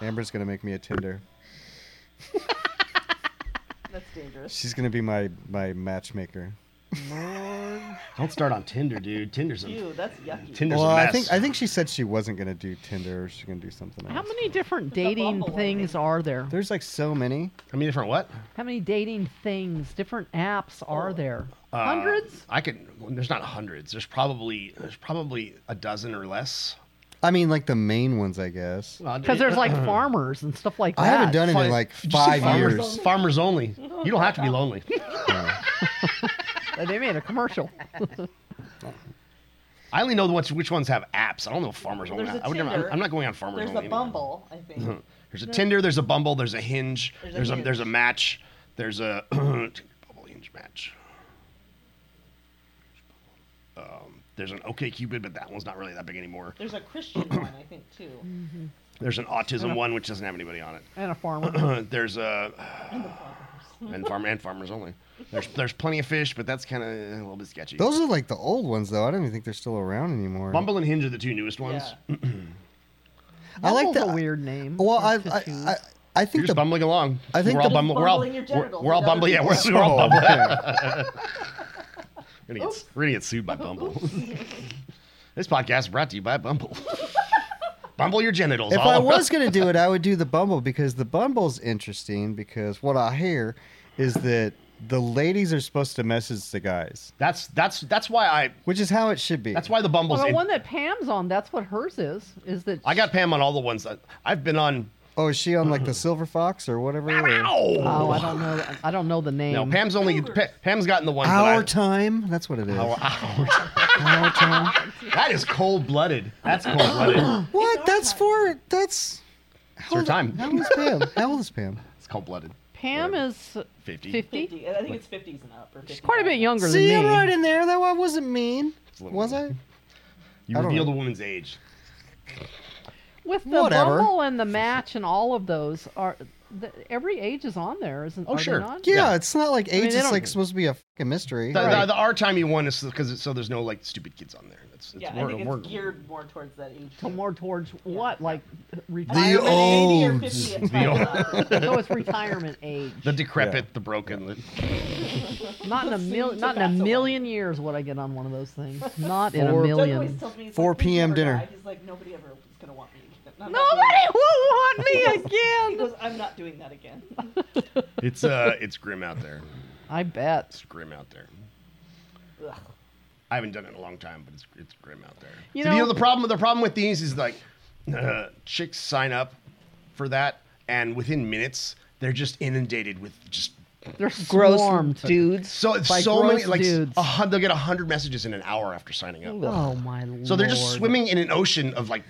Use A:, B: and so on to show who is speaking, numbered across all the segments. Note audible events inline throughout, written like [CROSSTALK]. A: Amber's gonna make me a Tinder.
B: That's dangerous.
A: She's gonna be my my matchmaker.
C: Don't start on Tinder, dude. Tinder's a
B: Ew, that's yucky.
C: Tinder's
A: Well,
C: a mess.
A: I think I think she said she wasn't gonna do Tinder or she's gonna do something else.
D: How many different
B: It's a
D: dating
B: Bumble, I
D: things
B: think.
D: are there?
A: There's like so many.
C: I mean, different what?
D: How many dating things, different apps
A: Oh.
D: are there?
C: Uh,
D: Hundreds?
C: I could. well, There's not hundreds. There's probably there's probably a dozen or less.
A: I mean, like the main ones, I guess.
C: Well,
D: Because
A: [CLEARS THROAT]
D: there's like farmers and stuff like that.
A: I haven't done it
C: Fi-
A: in like
C: Did you say
A: five
C: farmers,
A: years.
C: Farmers only. You don't have to be
A: [LAUGHS]
C: lonely.
D: They made a commercial. [LAUGHS]
C: I only know what's, which ones have apps. I don't know if farmers only.
B: There's a
C: I would never, I'm,
B: Tinder.
C: I'm not going on farmers
B: There's
C: only.
B: a
C: anyway.
B: Bumble, I
C: [LAUGHS]
B: think.
C: There's a Tinder. There's a Bumble. There's a Hinge.
B: There's
C: There's,
B: a
C: a,
B: Hinge.
C: there's a match. There's a [CLEARS THROAT] Bumble Hinge match. Um, there's an OK Cupid, but that one's not really that big anymore.
B: There's a Christian one, I think, too.
C: [CLEARS THROAT] There's an autism one, which doesn't have anybody on
D: and a farmer.
C: it. there's a [SIGHS] and farm and farmers only. There's there's plenty of fish, but that's kind of a little bit sketchy.
A: Those are like the old ones, though. I don't even think they're still around anymore.
C: Bumble and Hinge are the two newest ones.
B: Yeah.
A: [CLEARS THROAT] I like
D: Bumble's
A: the-
D: a weird name.
A: Well,
D: for
A: I
D: to
A: I,
D: choose.
A: I I
C: You're
A: think
C: just
A: the
C: bumbling along.
A: I think
C: we're all
A: the-
C: bumbling. We're all,
B: Bumbling your
C: we're,
B: genitals
C: we're all
B: with other
C: bumbling. Yeah, we're, [LAUGHS]
B: people.
C: we're all
A: Oh, [LAUGHS]
C: bumbling.
A: man.
C: We're gonna, get, we're gonna get sued by Bumble. [LAUGHS] this podcast is brought to you by Bumble. Bumble your genitals.
A: If
C: all
A: I
C: over-
A: was gonna do it, I would do the Bumble because the Bumble's interesting. Because what I hear is that the ladies are supposed to message the guys,
C: that's that's that's why I
A: which is how it should be.
C: that's why the Bumble's.
D: well, the
C: in-
D: one that Pam's on, that's what hers is. Is that
C: I got Pam on all the ones that I've been on.
A: Oh, is she on like the
C: [LAUGHS]
A: Silver Fox or whatever? or-
D: Oh,
C: Ow!
D: I don't know. I don't know the name.
C: No, Pam's only pa- Pam's gotten the ones.
A: Our
C: that
A: time. That's what it is.
C: I, our, our-
A: Our time.
C: that is cold blooded. That's cold blooded.
A: What? That's for that's.
C: It's her time.
A: How old is Pam? How old is
C: [LAUGHS]
A: Pam?
C: It's cold blooded.
D: Pam is
C: Fifty.
D: 50.
B: 50. I think it's 50s and up. Or 50
D: Quite a bit younger
A: See,
D: than
A: I'm
D: me.
A: right in there. That I wasn't mean.
C: a little
A: Was I?
C: mean. You
A: I don't
C: revealed
A: know.
C: a woman's age.
D: With the
A: Whatever.
D: Bumble and the match and all of those are the, every age is on there, isn't?
C: Oh,
D: are they
C: sure.
D: not?
A: Yeah,
C: Yeah.
A: it's not like age.
D: mean, they
A: it's
D: don't-
A: like supposed to be a fucking mystery.
C: The,
D: Right.
C: the, the our timey one is because so there's no like stupid kids on there. It's, it's
B: Yeah, I
C: more-
B: think
C: more-
B: it's geared more towards that age.
D: To more towards what, like
B: Retirement
C: [LAUGHS]
D: retirement?
A: The
B: age
A: olds.
B: or 50
C: The
B: and
C: old-
B: up.
D: so it's retirement age.
C: [LAUGHS] the decrepit, the broken. The,
D: Not in a mil-
B: Soon to
D: not in a
B: pass away.
D: million years would I get on one of
C: [LAUGHS]
D: those things. Not in a
A: Four-
B: [LAUGHS] Doug always
D: million.
B: tells me he's
A: 4
B: like, "We
A: p.m.
B: never
A: dinner."
B: died." He's like, nobody ever is gonna want me. again." I'm not doing
D: Nobody
B: [LAUGHS] that."
D: will
C: [LAUGHS]
D: want me
B: He
D: again.
B: goes, I'm not doing that again.
C: it's
A: [LAUGHS]
C: uh, it's grim out there.
D: I bet.
C: It's grim out there.
B: Ugh.
C: I haven't done it in a long time, but it's it's grim out there.
D: You
C: You
D: know-
C: know, the problem the problem with these is like uh, chicks sign up for that, and within minutes they're just inundated with just
D: They're
A: Gross
D: swarmed, dudes.
C: so
D: by
C: so many
D: gross
C: like
D: dudes.
C: a hun- they'll get hundred messages in an hour after signing up.
D: oh my lord.
C: So they're just swimming in an ocean of like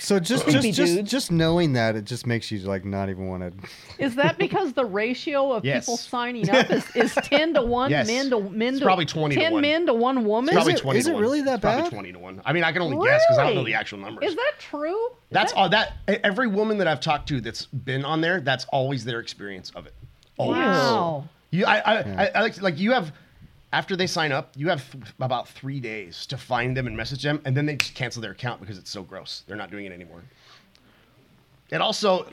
A: So just
D: Creepy
A: just just,
D: dudes.
A: just knowing that it just makes you like not even want to.
D: Is that because the ratio
C: [LAUGHS]
D: of
C: Yes.
D: people signing up is,
C: [LAUGHS]
D: is ten to one
C: Yes.
D: men to men
C: It's
D: to
C: probably 20 to
D: ten
C: one.
D: men to one woman?
C: probably
D: is,
A: it-
C: twenty.
A: is
C: to
A: it
C: one.
A: really that
C: It's probably
A: bad?
C: Twenty to one. I mean, I can only guess because I don't know the actual numbers.
D: Is that true?
C: That's all that e, every woman that I've talked to that's been on there. That's always their experience of it. Always.
D: Wow.
C: You, I, I, I, I like to- like you have after they sign up, you have th- about three days to find them and message them, and then they just cancel their account because it's so gross. They're not doing it anymore. It also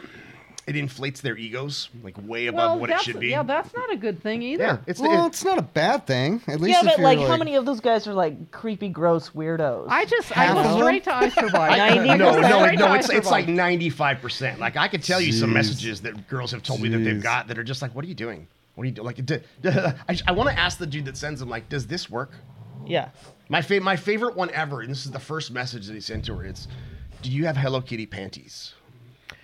C: it inflates their egos like way above
D: well,
C: what it
D: that's,
C: should be.
D: Yeah, that's not a good thing either.
C: yeah, it's
A: Well,
C: it-
A: it's not a bad thing. At least
B: Yeah,
A: if
B: but
A: you're
B: like, how many of those guys are like creepy, gross weirdos?
D: I just I
A: Half of
D: go
A: them?
D: straight
C: [LAUGHS]
D: to Isterbar.
C: I-
B: Ninety
C: no,
B: percent.
C: no,
B: Right
C: no.
B: now,
C: It's
B: I
C: it's like
B: survived.
C: ninety five percent. Like I could tell you some
A: Jeez.
C: messages that girls have told me that they've
A: Jeez.
C: got that are just like, what are you doing? What are you doing? Like, d- [LAUGHS] d- I, want to ask the dude that sends them, like, does this work?
B: yeah.
C: My fa- my favorite one ever, and this is the first message that he sent to her. It's, do you have Hello Kitty panties?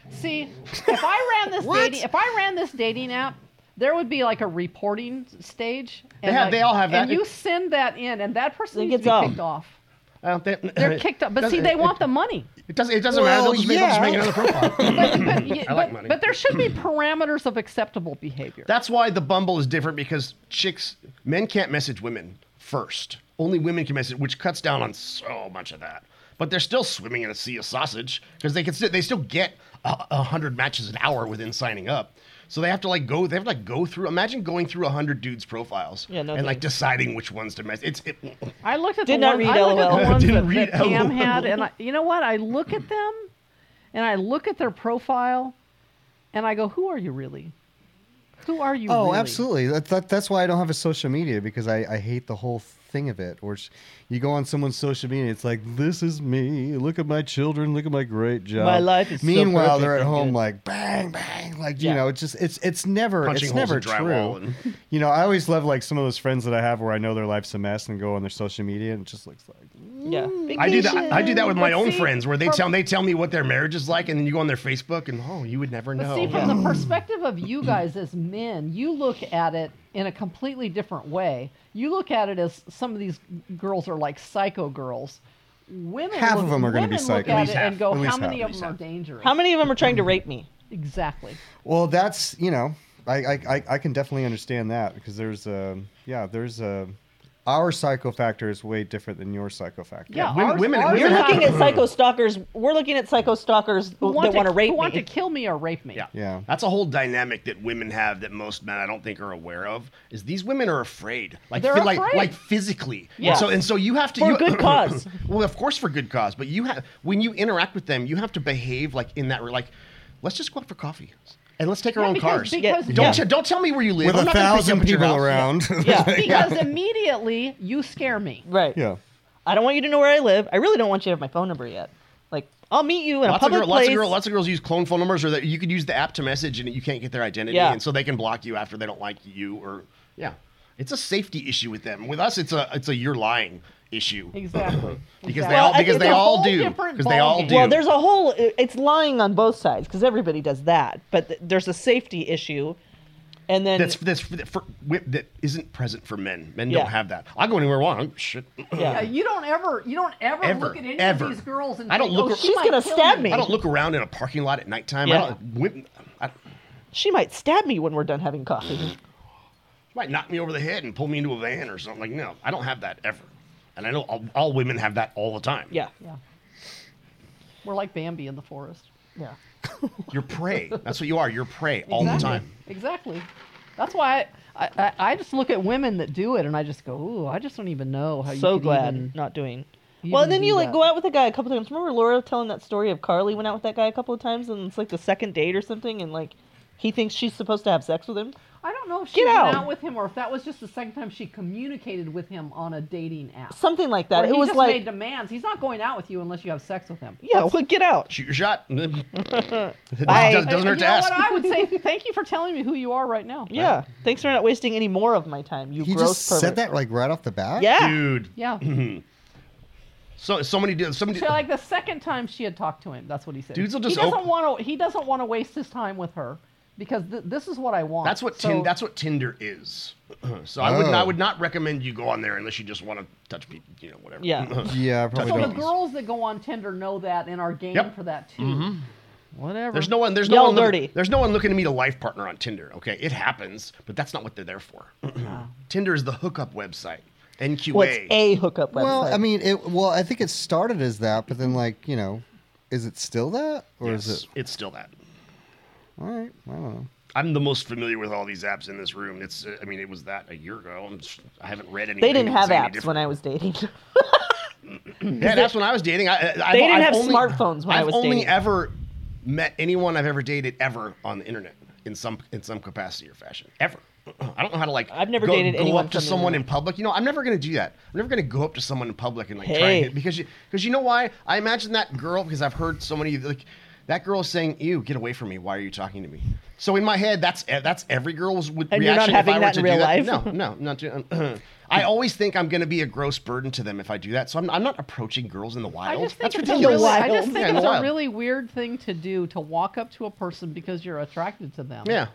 D: See, if I ran this
A: What?
D: dating if I ran this dating app, there would be like a reporting stage.
C: They have-
D: like-
C: they all have that.
D: And you send that in, and that person
B: It
D: needs to
B: gets
D: be
B: out.
D: kicked off.
C: I don't think-
D: Oh, [LAUGHS] They're kicked off, but
C: doesn't-
D: see, they
C: it-
D: want
C: [COUGHS]
D: the money.
C: It doesn't. It doesn't
A: Well,
C: matter. They'll just, make, they'll just
A: yeah.
C: make another
D: [LAUGHS]
C: profile.
D: But, but, yeah,
C: I like
D: but,
C: money.
D: but there should be parameters of acceptable behavior.
C: That's why the Bumble is different because chicks, men can't message women first. Only women can message, which cuts down on so much of that. But they're still swimming in a sea of sausage because they can still, they still get a, a hundred matches an hour within signing up. So they have to like go. They have to like go through. Imagine going through a hundred dudes' profiles
B: Yeah, no
C: and like
B: thanks.
C: deciding which ones to message. It's it,
D: I looked at
B: Did
D: the
B: not
D: one,
B: read
D: I looked at
B: LOL.
D: the ones
C: Didn't
D: that,
C: read
D: that Pam
C: LOL.
D: had, and I, you know what? I look at them, and I look at their profile, And I go, who are you really? Who are you
A: oh,
D: really?
A: absolutely. That, that, that's why I don't have a social media because I, I hate the whole thing of it. Or you go on someone's social media, it's like, this is me. Look at my children. Look at my great job.
B: My life is so
A: Meanwhile,
B: perfect
A: they're at
B: and
A: home
B: good.
A: like bang bang, like you
B: Yeah.
A: know, it's just it's it's never
C: Punching
A: it's
C: holes
A: never
C: in drywall
A: true. You know, I always love like some of those friends that I have where I know their life's a mess and go on their social media and it just looks like
B: Yeah.
C: I do that. I do that with my
D: But
C: own
D: see,
C: friends, where they
D: from-
C: tell they tell me what their marriage is like, and then you go on their Facebook, and oh, you would never
D: But
C: know.
D: see, from
C: Yeah.
D: the perspective of you guys as men, you look at it in a completely different way. You look at it as some of these girls are like psycho girls. Women,
A: Half
D: look-
A: of 'em are gonna be
D: women look
A: psycho.
D: at
A: At
C: least
D: it
C: half.
D: and go,
A: At
D: how
A: least
D: many
A: half.
D: of them are dangerous?
B: How many of them are trying to rape me?
D: Exactly.
A: Well, that's you know, I I, I, I can definitely understand that because there's a yeah there's a our psycho factor is way different than your psycho factor.
D: Yeah,
C: women-
D: ours-
C: women-
D: ours
C: women
B: You're
D: are
C: have
B: looking
D: not-
B: at psycho stalkers. We're looking at psycho stalkers
D: who
B: who that want to rape
D: who want
B: me.
D: to kill me or rape me.
C: Yeah.
A: Yeah.
C: That's a whole dynamic that women have that most men I don't think are aware of. Is these women are afraid, like
D: They're
C: feel like
D: afraid.
C: like physically.
B: Yeah.
C: So and so you have to
B: For
C: you- [LAUGHS]
B: good cause.
C: well, of course for good cause, but you have when you interact with them, you have to behave like in that like let's just go out for coffee and let's take our
D: Yeah,
C: own
D: because-
C: cars.
D: because-
C: don't
D: yeah.
C: te- don't tell me where you live.
A: With
C: I'm
A: a
C: not gonna pick you up
A: thousand
C: at your
A: people
C: house.
A: around. [LAUGHS]
B: Yeah.
D: Because immediately you scare me.
B: Right.
A: yeah.
B: I don't want you to know where I live. I really don't want you to have my phone number yet. Like, I'll meet you in a
C: Lots of,
B: public
C: girl,
B: place.
C: lots, of girl, lots of girls use clone phone numbers, or that you could use the app to message, and you can't get their identity,
B: Yeah.
C: and so they can block you after they don't like you, or yeah, it's a safety issue with them. With us, it's a it's a you're lying issue
D: Exactly.
C: because
D: Exactly.
C: they all
B: Well, I
C: because
B: think
C: they
B: it's a
C: all
D: whole
C: do
D: different
C: because they all
D: ballgame.
C: do.
D: Well,
B: Well, there's a whole. It's lying on both sides because everybody does that. But th- there's a safety issue, and then
C: that's that's for, for, wi- that isn't present for men. Men
B: Yeah.
C: don't have that. I go anywhere I want. I'm- Shit.
B: yeah.
D: Yeah, you don't ever, you don't ever,
C: Ever,
D: look at any
C: ever.
D: of these girls and
C: I don't
D: think,
C: look
D: oh,
C: at-
D: she
B: She's
D: might
B: gonna
D: kill
B: stab
D: me.
B: me.
C: I don't look around in a parking lot at nighttime.
B: Yeah.
C: I don't. Whip, I,
B: she might stab me when we're done having coffee.
C: might knock me over the head and pull me into a van or something. Like no, I don't have that ever. And I know all, all women have that all the time.
B: Yeah,
D: Yeah. We're like Bambi in the forest.
B: yeah.
C: You're prey. That's what you are. You're prey all the
D: Exactly.
C: time.
D: Exactly. That's why I, I, I- I just look at women that do it and I just go, ooh, I just don't even know how you
B: so
D: could
B: glad
D: even-
B: not doing.
D: you
B: Well,
D: didn't
B: and then
D: do
B: you like
D: that.
B: go out with a guy a couple times. Remember Laura telling that story of Carly went out with that guy a couple of times, and it's like the second date or something, and like he thinks she's supposed to have sex with him.
D: I don't know if she
B: Get
D: went
B: out.
D: out. with him or if that was just the second time she communicated with him on a dating app.
B: Something like
D: Where
B: that.
D: he
B: It was
D: just
B: like,
D: made demands. He's not going out with you unless you have sex with him.
B: yeah, well, get out.
C: Shoot
B: [LAUGHS]
C: your shot. It
B: Bye.
C: does, doesn't
D: And
C: hurt to
D: you know
C: ask.
D: what? I would
B: [LAUGHS]
D: say thank you for telling me who you are right now.
B: Yeah, thanks for not wasting any more of my time. You
A: He
B: gross
A: just
B: pervert.
A: said that like right off the bat.
B: Yeah,
C: Dude.
D: Yeah.
C: So so many dudes. Somebody.
D: So like the second time she had talked to him, that's what he said.
C: Dudes will
D: he
C: just
D: doesn't
C: op-
D: want to. He doesn't want to waste his time with her because th- this is what I want.
C: That's what
D: so,
C: tin, that's what Tinder is. [CLEARS THROAT] so I would
A: Oh.
C: I would not recommend you go on there unless you just want to touch people, you know, whatever. [LAUGHS]
B: Yeah.
A: Yeah, I probably
D: So the
A: don't.
D: girls that go on Tinder know that and are game
C: Yep. Mm-hmm.
D: for that too.
B: whatever.
C: There's no one. There's no
B: Y'all
C: one. Looking,
B: dirty.
C: there's no one looking to meet a life partner on Tinder. Okay, it happens, but that's not what they're there for. [CLEARS THROAT] Tinder is the hookup website. NQA.
B: What's a hookup website?
A: Well, I mean, it. Well, I think it started as that, but then like you know, is it still that, or
C: Yes,
A: is it?
C: It's still that.
A: All right, I don't know.
C: I'm the most familiar with all these apps in this room. It's. uh, I mean, it was that a year ago. I'm just, I haven't read any.
B: they didn't have apps when I was dating. [LAUGHS]
C: Yeah, that's when I was dating. I, I, I've-
B: didn't
C: I've
B: have
C: only-
B: smartphones when I
C: I've
B: was
C: only
B: dating.
C: ever met anyone I've ever dated ever on the internet in some in some capacity or fashion ever. I don't know how to like.
B: I've never
C: go,
B: dated
C: go
B: anyone
C: up to
B: from the
C: someone in
B: internet.
C: public. You know, I'm never gonna do that. I'm never gonna go up to someone in public and like try
B: Hey.
C: and hit, because you because you know why? I imagine that girl because I've heard so many like that girl is saying, "Ew, get away from me! Why are you talking to me?" So in my head, that's e- that's every girl's would
B: And you're not
C: reaction if
B: having
C: I were
B: that
C: to
B: in
C: do
B: real
C: that.
B: life?
C: No, no, not to, [CLEARS THROAT] I always think I'm going to be a gross burden to them if I do that. So I'm, I'm not approaching girls in the wild.
D: I just think
C: That's
D: it's
C: ridiculous.
D: a really, I
B: wild.
D: just think
C: Yeah, in
D: it's
C: the
D: a
C: wild.
D: really weird thing to do to walk up to a person because you're attracted to them.
C: Yeah.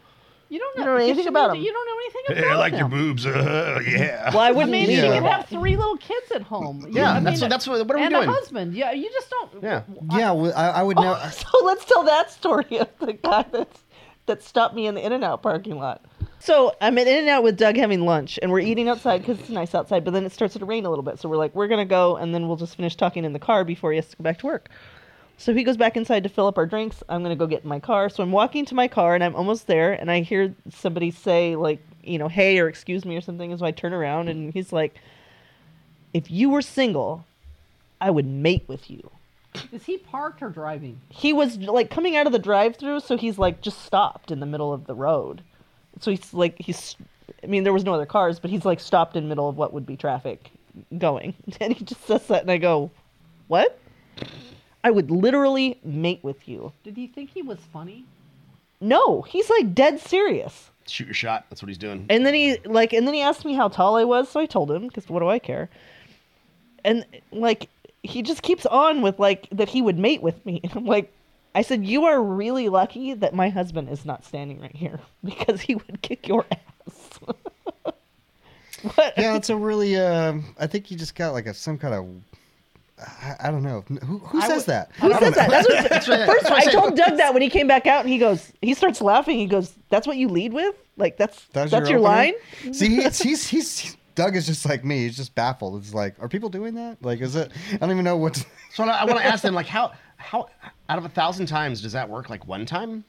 D: You don't know,
B: You don't know
D: you
B: anything
D: shouldn't
B: about
D: need to-
B: 'em.
D: You don't know anything about
C: Hey, I like your
D: them.
C: boobs.
D: [LAUGHS]
C: Uh, yeah.
B: well, I
D: I
B: wouldn't
D: mean,
B: leave
D: she
A: Yeah.
D: could
B: you.
D: have three little kids at home.
C: Yeah,
D: I mean,
C: that's what- that's what- what are we
D: and
C: doing?
D: a husband. Yeah, you just don't.
C: Yeah.
A: Yeah, well, I, I would Oh.
B: [LAUGHS]
A: never.
B: Oh, So let's tell that story of the guy that's that stopped me in the In and Out parking lot. So I'm at In and Out with Doug having lunch, and we're eating outside because it's nice outside. But then it starts to rain a little bit, so we're like, we're gonna go, and then we'll just finish talking in the car before he has to go back to work. So he goes back inside to fill up our drinks. I'm gonna go get in my car. So I'm walking to my car, and I'm almost there, and I hear somebody say like, you know, hey or excuse me or something. And so I turn around, and he's like, if you were single, I would mate with you.
D: Is he parked or driving?
B: He was like coming out of the drive-through, so he's like just stopped in the middle of the road. So he's like he's, I mean, there was no other cars, but he's like stopped in middle of what would be traffic going, [LAUGHS] and he just says that, and I go, what? I would literally mate with you.
D: Did he think he was funny?
B: No, he's like dead serious.
C: Shoot your shot. That's what he's doing. [LAUGHS]
B: And then he like, and then he asked me how tall I was, so I told him because what do I care? And like, he just keeps on with like that he would mate with me, [LAUGHS] and I'm like, I said you are really lucky that my husband is not standing right here [LAUGHS] because he would kick your ass. [LAUGHS] what?
A: yeah, it's a really. Uh, I think you just got like a some kind of. I, I don't know who, who says that.
B: Who
A: [LAUGHS]
B: says that? That's what,
C: right.
B: first,
C: That's what
B: I
C: I said.
B: told Doug that when he came back out, and he goes, he starts laughing. He goes, "That's what you lead with? Like that's
A: That was
B: that's, your,
A: opener?
B: line?"
A: See, [LAUGHS] he- it's, he's he's Doug is just like me. He's just baffled. It's like, are people doing that? Like, is it? I don't even know what. to-
C: So I, I want to ask them, like, how how out of a thousand times does that work? Like one time?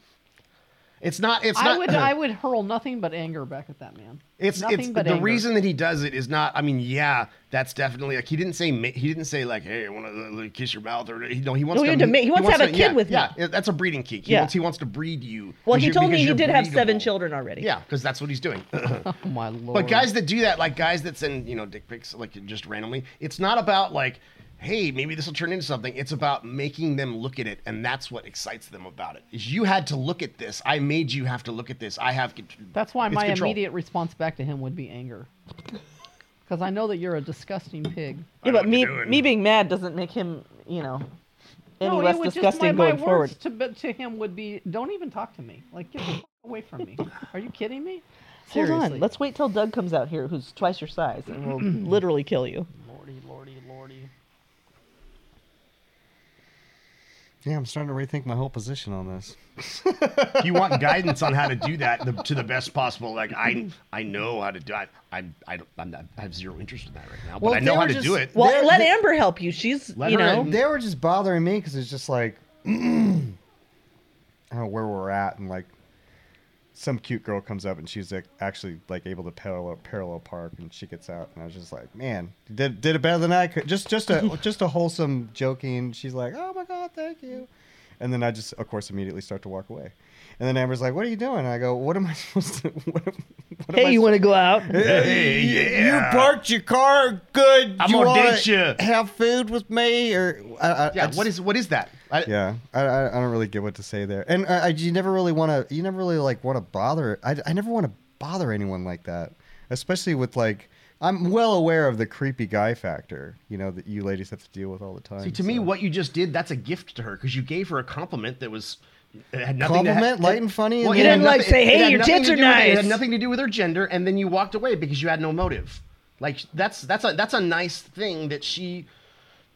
C: It's not. It's
D: I
C: not.
D: would I would hurl nothing but anger back at that man.
C: It's
D: nothing
C: it's
D: but
C: the
D: anger.
C: reason that he does it is not. I mean, yeah, that's definitely like he didn't say ma- he didn't say like, hey, I want to kiss your mouth or he, no, he
B: No,
C: wants
B: he had
C: to,
B: to ma- he wants to have a kid
C: yeah,
B: with me.
C: yeah, yeah, that's a breeding kink. He
B: Yeah.
C: wants he wants to breed you.
B: Well,
C: 'cause
B: he
C: you're-
B: told me
C: because
B: he
C: you're
B: did have seven
C: breedable.
B: children already.
C: Yeah, because that's what
B: [LAUGHS]
C: he's doing. [LAUGHS]
D: Oh my lord!
C: But guys that do that, like guys that send, you know, dick pics like just randomly, it's not about like, hey, maybe this will turn into something. It's about making them look at it, and that's what excites them about it. Is you had to look at this. I made you have to look at this. I have. con-
D: that's why
C: it's
D: my
C: control.
D: immediate response back to him would be anger, because I know that you're a disgusting pig.
B: Yeah,
C: know
B: but
C: what
B: me
C: you're doing.
B: me being mad doesn't make him, you know, any
D: no,
B: less
D: it would
B: disgusting
D: just, my, my
B: going forward.
D: words to but to him would be, "Don't even talk to me. Like, get the fuck away from me. Are you kidding me?
B: [LAUGHS]
D: Seriously.
B: Hold on, let's wait till Doug comes out here, who's twice your size, and will literally kill you.
D: Lordy, lordy, lordy.
A: Yeah, I'm starting to rethink my whole position on this.
C: you want guidance on how to do that the, to the best possible. Like I, I know how to do. I, I, I, don't- I'm not, I have zero interest in that right now. But
A: Well,
C: I know
A: they
C: how
A: were
C: to do
A: just-
C: it.
B: Well,
A: There-
B: let
A: the-
B: Amber help you. She's,
C: Let
B: you
C: her
B: know,
C: in.
A: They were just bothering me because it's just like [CLEARS THROAT] I don't know where we're at, and like some cute girl comes up and she's like actually like able to parallel parallel park, and she gets out, and I was just like, man, you did did it better than I could. Just just
B: [LAUGHS]
A: a just a wholesome joking. She's like, oh my god, thank you. And then I just, of course, immediately start to walk away. And then Amber's like, "What are you doing?" And I go, "What am I [LAUGHS] supposed to? What, am- what am I
B: hey, you
A: supposed-
B: want to go out?
C: Hey, yeah.
A: You parked your car good.
C: I'm
A: you
C: gonna
A: wanna
C: date ya.
A: Have food with me, or I, I,
C: Yeah.
A: I just-
C: what is what is that? I,
A: yeah, I, I, I don't really get what to say there, and uh, I, I you never really want to. You never really like want to bother. I, I never want to bother anyone like that, especially with like. I'm well aware of the creepy guy factor, you know, that you ladies have to deal with all the time.
C: See, to me,
A: so.
C: what you just did, that's a gift to her because you gave her a compliment that was. It had nothing to
A: Compliment,
C: ha-
A: light and funny, and
C: it
A: You
C: had
B: didn't, like, say,
C: it
B: "Hey,
C: had
B: your
C: nothing
B: tits
C: to
B: are
C: do with it. It had
B: nice."
C: nothing to do with her gender, and then you walked away because you had no motive. Like that's that's a that's a nice thing that she,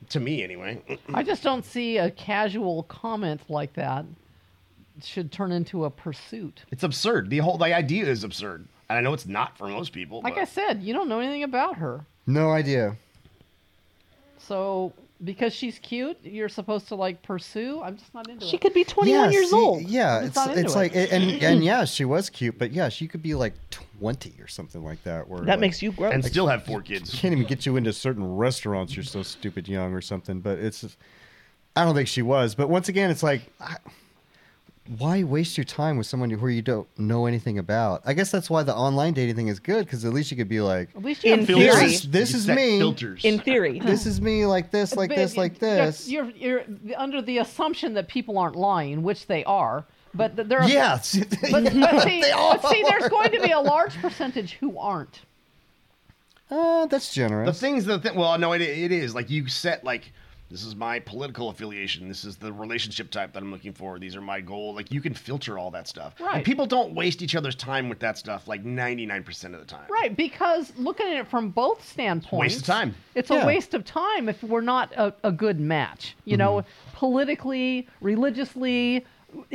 C: to me anyway.
D: I just don't see a casual comment like that should turn into a pursuit.
C: It's absurd. The whole the idea is absurd, and I know it's not for most people.
D: Like
C: but
D: I said, you don't know anything about her.
A: no idea.
D: So because she's cute, you're supposed to like pursue. I'm just not into
B: She
D: it.
B: could be 21
A: yeah,
B: years
A: see,
B: old.
A: Yeah,
D: It's
A: it's
D: not into
A: it's
D: it.
A: like and and yeah, she was cute, but yeah, she could be like 20 or something like that. Where
B: That
A: like,
B: makes you gross.
C: and still have four kids.
A: can't even get you into certain restaurants. You're so stupid young or something. But it's, just, I don't think she was. But once again, it's like, I, why waste your time with someone who you don't know anything about? I guess that's why the online dating thing is good because at least you could be like,
D: At least you
B: In
D: have
B: theory.
A: This
D: filters.
A: is- this is
C: Set
A: me.
C: Filters.
B: in
C: [CLEARS THROAT]
B: theory.
A: this is me, like this, like
D: But
A: this, like this.
D: You're, you're, you're under the assumption that people aren't lying, which they are. But th- there are
A: yeah, [LAUGHS]
D: But, but see,
A: they all
D: but see,
A: [LAUGHS]
D: there's
A: are.
D: going to be a large percentage who aren't.
A: Uh, that's
C: the
A: generous.
C: things that th- well no it, it is like you set like this is my political affiliation this is the relationship type that i'm looking for these are my goal like you can filter all that stuff And
D: Right.
C: people don't waste each other's time with that stuff like 99% of the time
D: Right, because looking at it from both standpoints,
C: of time.
D: It's
A: Yeah.
D: a waste of time if we're not a, a good match. You know,
B: Mm-hmm.
D: politically, religiously,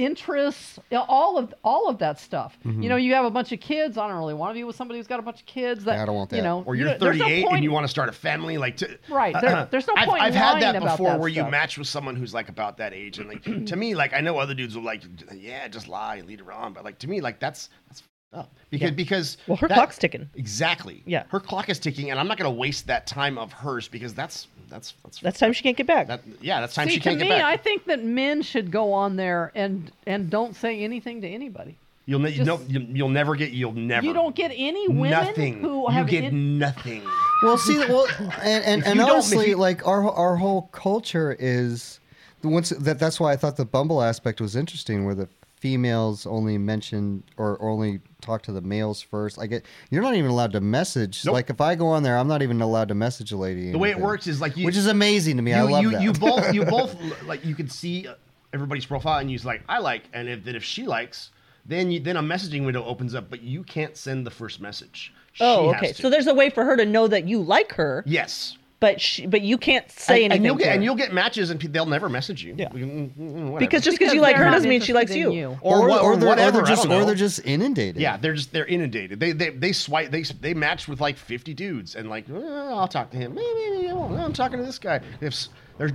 D: interests, you know, all of all of that stuff.
B: Mm-hmm.
D: You know, you have a bunch of kids. I don't really want to be with somebody who's got a bunch of kids. That
A: Yeah, I don't want
D: You
A: that.
D: know,
C: or
D: you
C: you're
D: know, there's no
C: 38
D: point-
C: and you want to start a family like to,
D: [CLEARS THROAT]
C: Uh-huh.
D: Right, there- there's no
C: I've,
D: point
C: i've had
D: lying
C: that
D: about
C: before
D: that
C: where you
D: stuff.
C: match with someone who's like about that age and like to me like i know other dudes will like yeah just lie and lead her on but like to me like that's that's up because because
B: Well, her
C: that-
B: clock's ticking.
C: Exactly.
B: Yeah.
C: Her clock is ticking, and I'm not going to waste that time of hers because that's that's that's
B: That's time she can't get back.
C: that, yeah that's time
D: See,
C: she can't
D: to
C: get
D: me,
C: back.
D: I think that men should go on there and and don't say anything to anybody.
C: you'll ne-
D: just-
C: no, you, you'll never get you'll never
D: You don't get any women
C: nothing.
D: who
C: you
D: have
C: get
D: in- [LAUGHS]
C: nothing.
A: Well,
C: [LAUGHS]
A: see, well, and and,
C: If
A: and
C: you don't- if
A: honestly,
C: you-
A: like our our whole culture is the once that that's why I thought the Bumble aspect was interesting, where the females only mention or only talk to the males first. I get you're not even allowed to message.
C: Nope.
A: Like if I go on there, I'm not even allowed to message a lady.
C: The way it works is like you,
A: which is amazing to me.
C: you,
A: I love
C: you,
A: that.
C: you
A: [LAUGHS]
C: both you both like you can see everybody's profile and you's like I like, and if then if she likes, then you, then a messaging window opens up, but you can't send the first message. She
B: oh,
C: has
B: okay.
C: to.
B: So there's a way for her to know that you like her,
C: yes.
B: but she, but you can't say anything.
C: and, and you'll
B: to
C: get
B: her.
C: and you'll get matches and pe- they'll never message you.
B: Yeah.
C: Mm, mm, mm, whatever.
B: because just because you
D: Because
B: like
D: they're
B: her
D: not
B: doesn't mean she likes
D: interested
B: you.
D: in you.
C: or,
A: or,
C: what-
A: or, they're,
C: whatever,
A: or
C: I
A: they're just
C: don't know.
A: or they're just inundated.
C: yeah, they're just they're inundated. They they they swipe they they match with like fifty dudes and like "Eh, I'll talk to him. Eh, eh, eh, oh, I'm talking to this guy. They have s- they're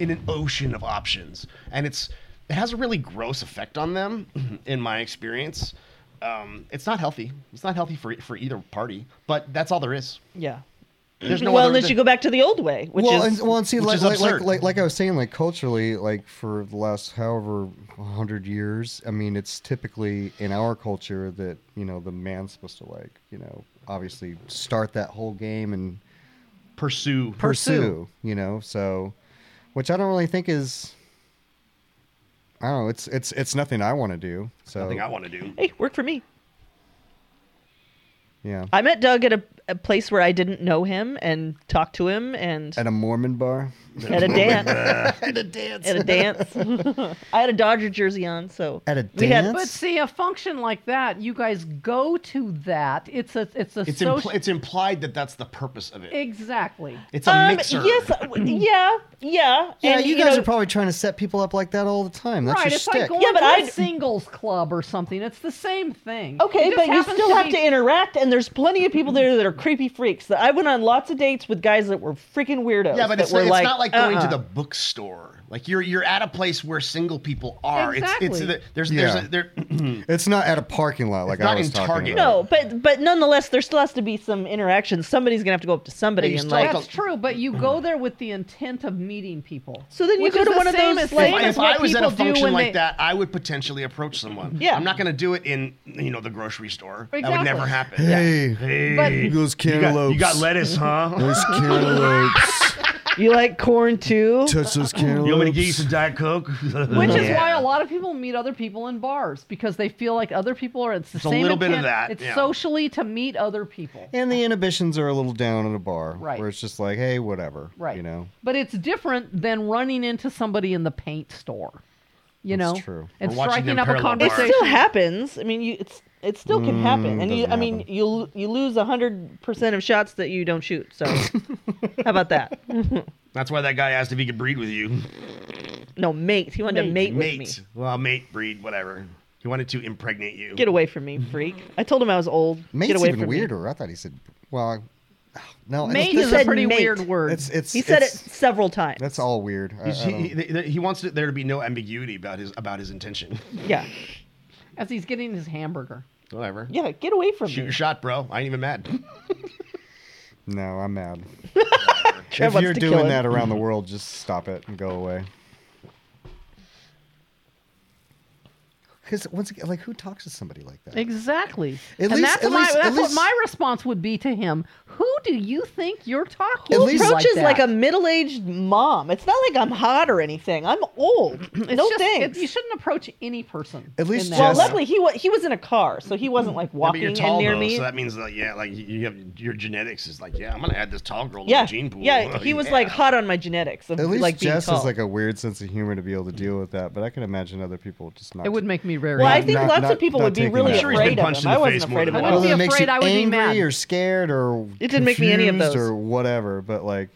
C: in an ocean of options, and it's it has a really gross effect on them, [CLEARS THROAT] in my experience. Um, it's not healthy. It's not healthy for for either party. But that's all there is.
B: yeah.
C: There's no
B: well,
C: other.
B: unless you go back to the old way, which
A: well,
B: is
A: and, well, and see,
C: which
A: like,
C: is
A: like, like,
C: absurd.
A: like, like I was saying, like culturally, like for the last however hundred years, I mean, it's typically in our culture that you know the man's supposed to like, you know, obviously start that whole game and
C: pursue.
A: pursue, you know, so which I don't really think is, I don't know, it's it's it's nothing I want to do. So
C: Nothing I want to
B: [LAUGHS]
C: do.
B: hey, work for me.
A: yeah,
B: I met Doug at a, a place where I didn't know him and talked to him and
A: at a Mormon bar.
B: at a dance.
C: Had to dance.
B: At a dance. I had a Dodger jersey on, so
A: At a
B: we had-
A: dance?
D: But see, a function like that, you guys go to that. It's a it's a
C: It's
D: social.
C: impl- it's implied that that's the purpose of it.
D: exactly.
C: It's a
B: um,
C: mixer.
B: yes, w- yeah, yeah.
A: Yeah,
B: and,
A: you guys
B: know,
A: are probably trying to set people up like that all the time. That's
D: right.
A: your
D: It's
A: shtick.
D: like going
B: Yeah, but
D: to
B: I'd-
D: a singles club or something. It's the same thing.
B: Okay,
D: It just
B: but you
D: happens
B: still have
D: be-
B: to interact, and there's plenty of people there that are creepy freaks. That I went on lots of dates with guys that were freaking weirdos.
C: Yeah, but
B: that
C: it's,
B: were
C: it's
B: like,
C: not like going
B: uh-uh.
C: to the bookstore. Like you're you're at a place where single people are. It's
D: Exactly.
C: it's the- there's
A: Yeah.
C: there's a, there. [CLEARS THROAT]
A: It's not at a parking lot like
C: It's
A: I
C: not
A: was
C: in
A: talking
C: Target.
A: about.
B: No, but but nonetheless, there still has to be some interaction. Somebody's gonna have to go up to somebody
C: Yeah, you
B: and
C: still
B: like.
C: have
D: That's true, but you go there with the intent of meeting people.
B: So then you
D: Which
B: go
D: is
B: to
D: the
B: one of
D: same
B: those,
D: as-
B: like-
D: same
C: if
D: as
C: I
D: what
C: was at a
D: people do
C: function
D: when
C: like
D: they-
C: that, I would potentially approach someone.
B: Yeah.
C: I'm not going to do it in you know the grocery store. That would
D: Exactly.
C: never happen.
A: Hey,
D: But-
C: Hey,
A: those
C: you got,
A: cantaloupes.
C: you got
A: [LAUGHS]
C: lettuce, huh?
A: Those cantaloupes.
B: You like corn too?
A: Touch those cantaloupes.
C: You want me to get you some diet coke?
D: Which is
C: Yeah.
D: why a lot of people meet other people in bars because they feel like other people are. It's the
C: a
D: same
C: little bit of
D: intent.
C: that,
D: It's
C: yeah.
D: socially to meet other people.
A: and the inhibitions are a little down in a bar,
D: Right.
A: Where it's just like, hey, whatever,
D: Right.
A: You know,
D: But it's different than running into somebody in the paint store. You
A: That's
D: know,
A: true.
D: and
C: Or watching
D: striking
C: them
D: up a
C: parallel
B: It
C: bars.
D: conversation.
B: still happens. I mean, you, it's it still can happen, and you,
A: Mm, doesn't
B: I mean,
A: happen.
B: you you lose hundred percent of shots that you don't shoot.
A: [LAUGHS]
B: So, how about that?
C: That's why that guy asked if he could breed with you.
B: No, mate. He wanted to mate, with
C: mate.
B: me.
C: Well, mate, breed, whatever. He wanted to impregnate you.
B: Get away from me, freak! I told him I was old.
A: mate's
B: Get away
A: even
B: from
A: weirder. I thought he said, well, no, it's-
D: Mate
B: He
A: that's,
D: is a
B: said
D: pretty
B: mate.
D: weird word.
A: It's it's
B: me. He said it
A: it's-
B: several times.
A: That's all weird. I, I
C: He's- he,
A: don't-
C: he, he wants there to be no ambiguity about his about his intention. [LAUGHS]
B: Yeah,
D: as he's getting his hamburger.
C: Whatever.
B: yeah. Get away from
C: Shoot
B: me.
C: your shot, bro. I ain't even mad.
A: no, I'm mad.
B: Trev
A: if
B: wants
A: you're
B: to kill
A: doing
B: him.
A: that around the world, just stop it and go away. Because once again, like, who talks to somebody like that?
D: Exactly.
A: At
D: and
A: least-
D: that's,
A: at
D: my,
A: least- at
D: that's
A: least-
D: what my response would be to him. Who do you think you're talking
A: At
D: to?
A: least-
B: approaches like, a
D: that?
B: middle-aged mom. It's not like I'm hot or anything. I'm old.
D: It's
B: no
D: just- it-
B: thanks.
D: you shouldn't approach any person.
A: At least
D: in that
B: well,
A: just-
D: way.
B: luckily he was he was in a car, so he wasn't like
C: Yeah, but
B: walking
C: you're tall
B: and near
C: though,
B: me.
C: so that means like yeah, like you- you have your genetics is like yeah, I'm gonna add this tall girl to
B: yeah,
C: the gene pool. [LAUGHS]
B: yeah. He was like
C: Yeah.
B: hot on my genetics. Of,
A: At least
B: like, being
A: Jess
B: tall.
A: has like a weird sense of humor to be able to deal with that, but I can imagine other people just not.
D: It would make me very.
B: Well, I
A: Not-
B: think
A: not-
B: lots
A: not-
B: of people
A: not
B: would be
A: taking
B: really
A: that. I'm sure
C: he's been
B: afraid of
C: punched
B: him.
C: in
B: I
C: the
B: wasn't
C: face more
B: afraid of
C: than
B: him.
C: once.
A: Whether it
D: I'd be
A: makes you
D: afraid, I would be
A: angry
D: mad.
A: or scared or
B: It didn't make me any of
A: confused
B: those.
A: or whatever. But like,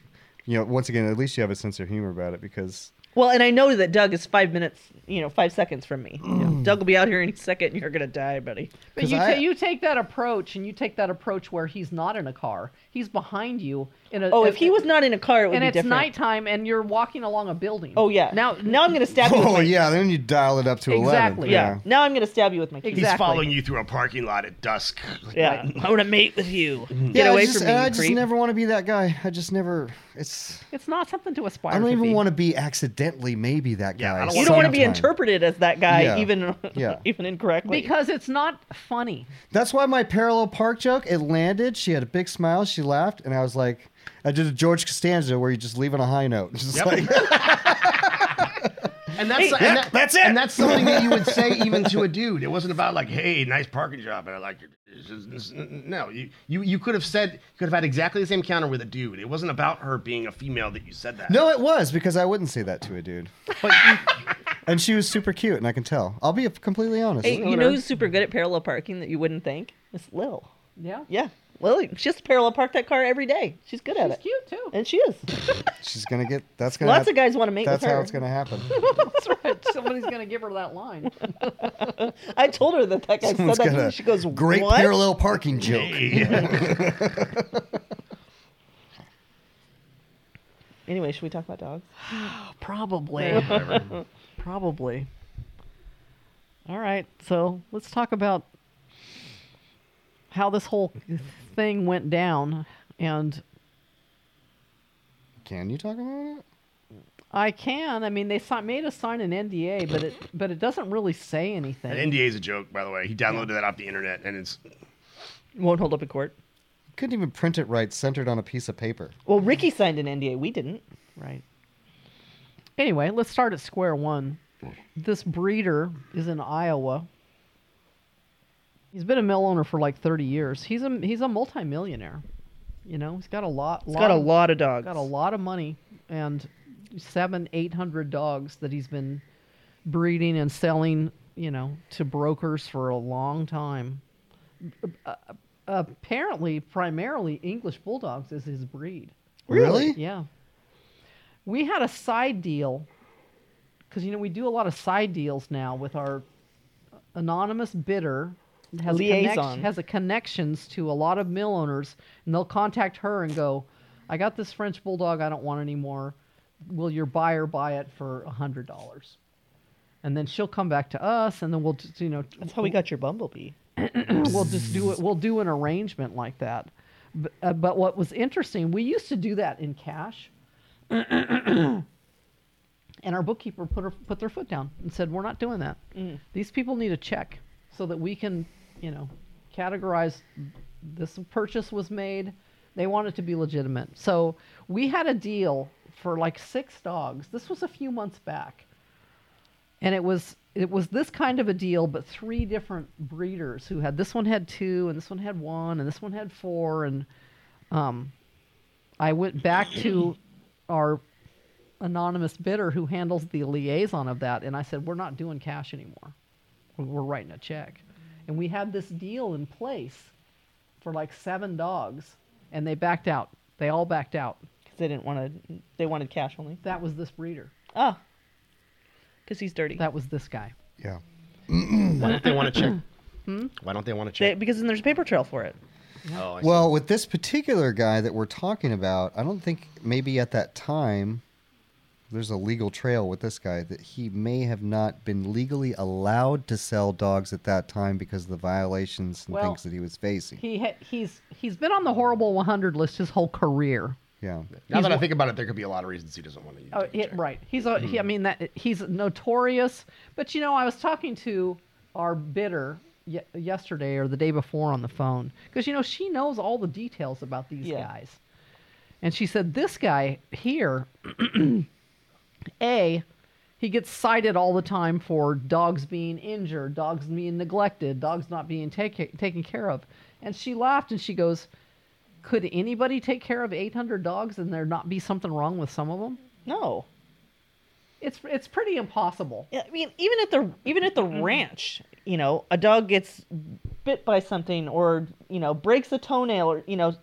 A: you know, once again, at least you have a sense of humor about it because
B: Well, and I know that Doug is five minutes, you know, five seconds from me.
A: Mm.
B: You know, Doug will be out here any second, and you're gonna die, buddy.
D: But
A: 'Cause
D: you,
A: I-
D: ta- you take that approach, and you take that approach where he's not in a car. He's behind you in a.
B: Oh, if he was not in a car, it would
D: and
B: be
D: it's
B: different.
D: nighttime, and you're walking along a building.
B: Oh yeah.
D: Now,
B: now I'm gonna stab you. With
A: Oh
B: my,
A: yeah, then you dial it up to
D: Exactly.
A: eleven.
B: yeah.
A: Yeah.
B: Now I'm gonna stab you with my. Keys.
D: Exactly.
C: He's following you through a parking lot at dusk.
B: [LAUGHS]
C: [LAUGHS]
B: Yeah. I want to mate with you. Get
A: I
B: away
A: just-
B: from me,
A: I
B: you
A: just
B: creep.
A: never want to be that guy. I just never. It's.
D: it's not something to aspire.
A: I don't
D: to
A: even
D: be.
A: want to be accidentally maybe that
C: Yeah,
A: guy.
C: I don't
B: you don't want to be
A: sometime.
B: interpreted as that guy,
A: Yeah.
B: even
A: Yeah.
B: [LAUGHS] even incorrectly.
D: because it's not funny.
A: That's why my parallel park joke it landed. She had a big smile. She laughed, and I was like, I did a George Costanza where you just leave on a high note. [LAUGHS] Just
C: Yep.
A: like,
C: And that's and that, that's it. And that's something that you would say even to a dude. It wasn't about like, hey, nice parking job, and I like your. it's just- it's- No, you you you could have said you could have had exactly the same counter with a dude. It wasn't about her being a female that you said [LAUGHS] that.
A: no, it was because I wouldn't say that to a dude.
C: but you,
A: And she was super cute, and I can tell. I'll be completely honest.
B: Hey, you know who's super good at parallel parking that you wouldn't think? It's Lil.
D: Yeah.
B: Yeah, Lily. She has to parallel park that car every day. She's good at
D: It's
B: it.
D: cute too.
B: And she is.
A: [LAUGHS] She's gonna get. That's gonna.
B: Lots
A: hap-
B: of guys want to mate
A: That's
B: with her.
A: how it's gonna
B: [LAUGHS]
A: happen.
D: [LAUGHS] That's right. Somebody's gonna give her that line.
B: I told her that that guy
A: [LAUGHS] Someone's
B: said
A: got
B: that.
A: a
B: And she goes,
A: Great
B: what?
A: parallel parking joke.
C: [LAUGHS]
B: Anyway, should we talk about dogs?
D: [LAUGHS] Probably. [LAUGHS] Probably. All right. So let's talk about how this whole thing went down. And
A: Can you talk about it?
D: I can. I mean, they si- made us sign an NDA, but it but it doesn't really say anything.
C: An NDA is a joke, by the way. He downloaded that off the internet, and it's
B: Won't hold up in court.
A: Couldn't even print it right, centered on a piece of paper.
B: Well, Ricky signed an NDA. We didn't.
D: Right. Anyway, let's start at square one. This breeder is in Iowa. He's been a mill owner for like 30 years. He's a he's a multimillionaire. You know, he's got a lot.
B: He's got a
D: of-
B: lot of dogs.
D: got a lot of money and seven, eight hundred dogs that he's been breeding and selling, you know, to brokers for a long time. Uh, apparently, primarily English bulldogs is his breed.
A: Really?
D: Yeah. We had a side deal because you know we do a lot of side deals now with our anonymous bidder has
B: Liaison.
D: A connect- has a connections to a lot of mill owners, and they'll contact her and go, "I got this French bulldog I don't want anymore. Will your buyer buy it for a hundred dollars?" And then she'll come back to us, and then we'll just, you know
B: That's how we got your bumblebee.
D: we'll just do it. We'll do an arrangement like that. But, uh, but what was interesting, we used to do that in cash, and our bookkeeper put her, put their foot down and said, "We're not doing that. These people need a check so that we can, you know, categorize this purchase was made. They want it to be legitimate. So we had a deal for like six dogs. This was a few months back and it was it was this kind of a deal but three different breeders who had this one had two and this one had one and this one had four and um i went back to our anonymous bidder who handles the liaison of that and i said we're not doing cash anymore We- we're writing a check and we had this deal in place for like seven dogs and they backed out they all backed out
B: Because they didn't want to. They wanted cash only.
D: that was this breeder
B: Ah. Because he's dirty.
D: that was this guy
A: Yeah.
C: why don't they want to check?
D: Hmm.
C: Why don't they want to
B: They-
C: check?
B: because then there's a paper trail for it.
C: oh, I see.
A: Well, with this particular guy that we're talking about, I don't think maybe at that time there's a legal trail with this guy that he may have not been legally allowed to sell dogs at that time because of the violations and
D: Well,
A: things that he was facing.
D: He ha- he's he's been on the horrible 100 list his whole career.
A: yeah.
C: now that I think about it, there could be a lot of reasons he doesn't want to.
D: Oh,
C: take a
D: yeah,
C: check. Hmm.
D: right. He's a, he, I mean that he's notorious. But you know, I was talking to our bidder ye- yesterday or the day before on the phone because you know she knows all the details about these
B: Yeah.
D: guys, and she said this guy here, [CLEARS THROAT] a, he gets cited all the time for dogs being injured, dogs being neglected, dogs not being take, taken care of, and she laughed and she goes. Could anybody take care of 800 dogs and there not be something wrong with some of them?
B: No.
D: It's it's pretty impossible.
B: Yeah, I mean, even at the even at the
D: Mm-hmm.
B: ranch, you know, a dog gets bit by something or you know breaks a toenail or you know,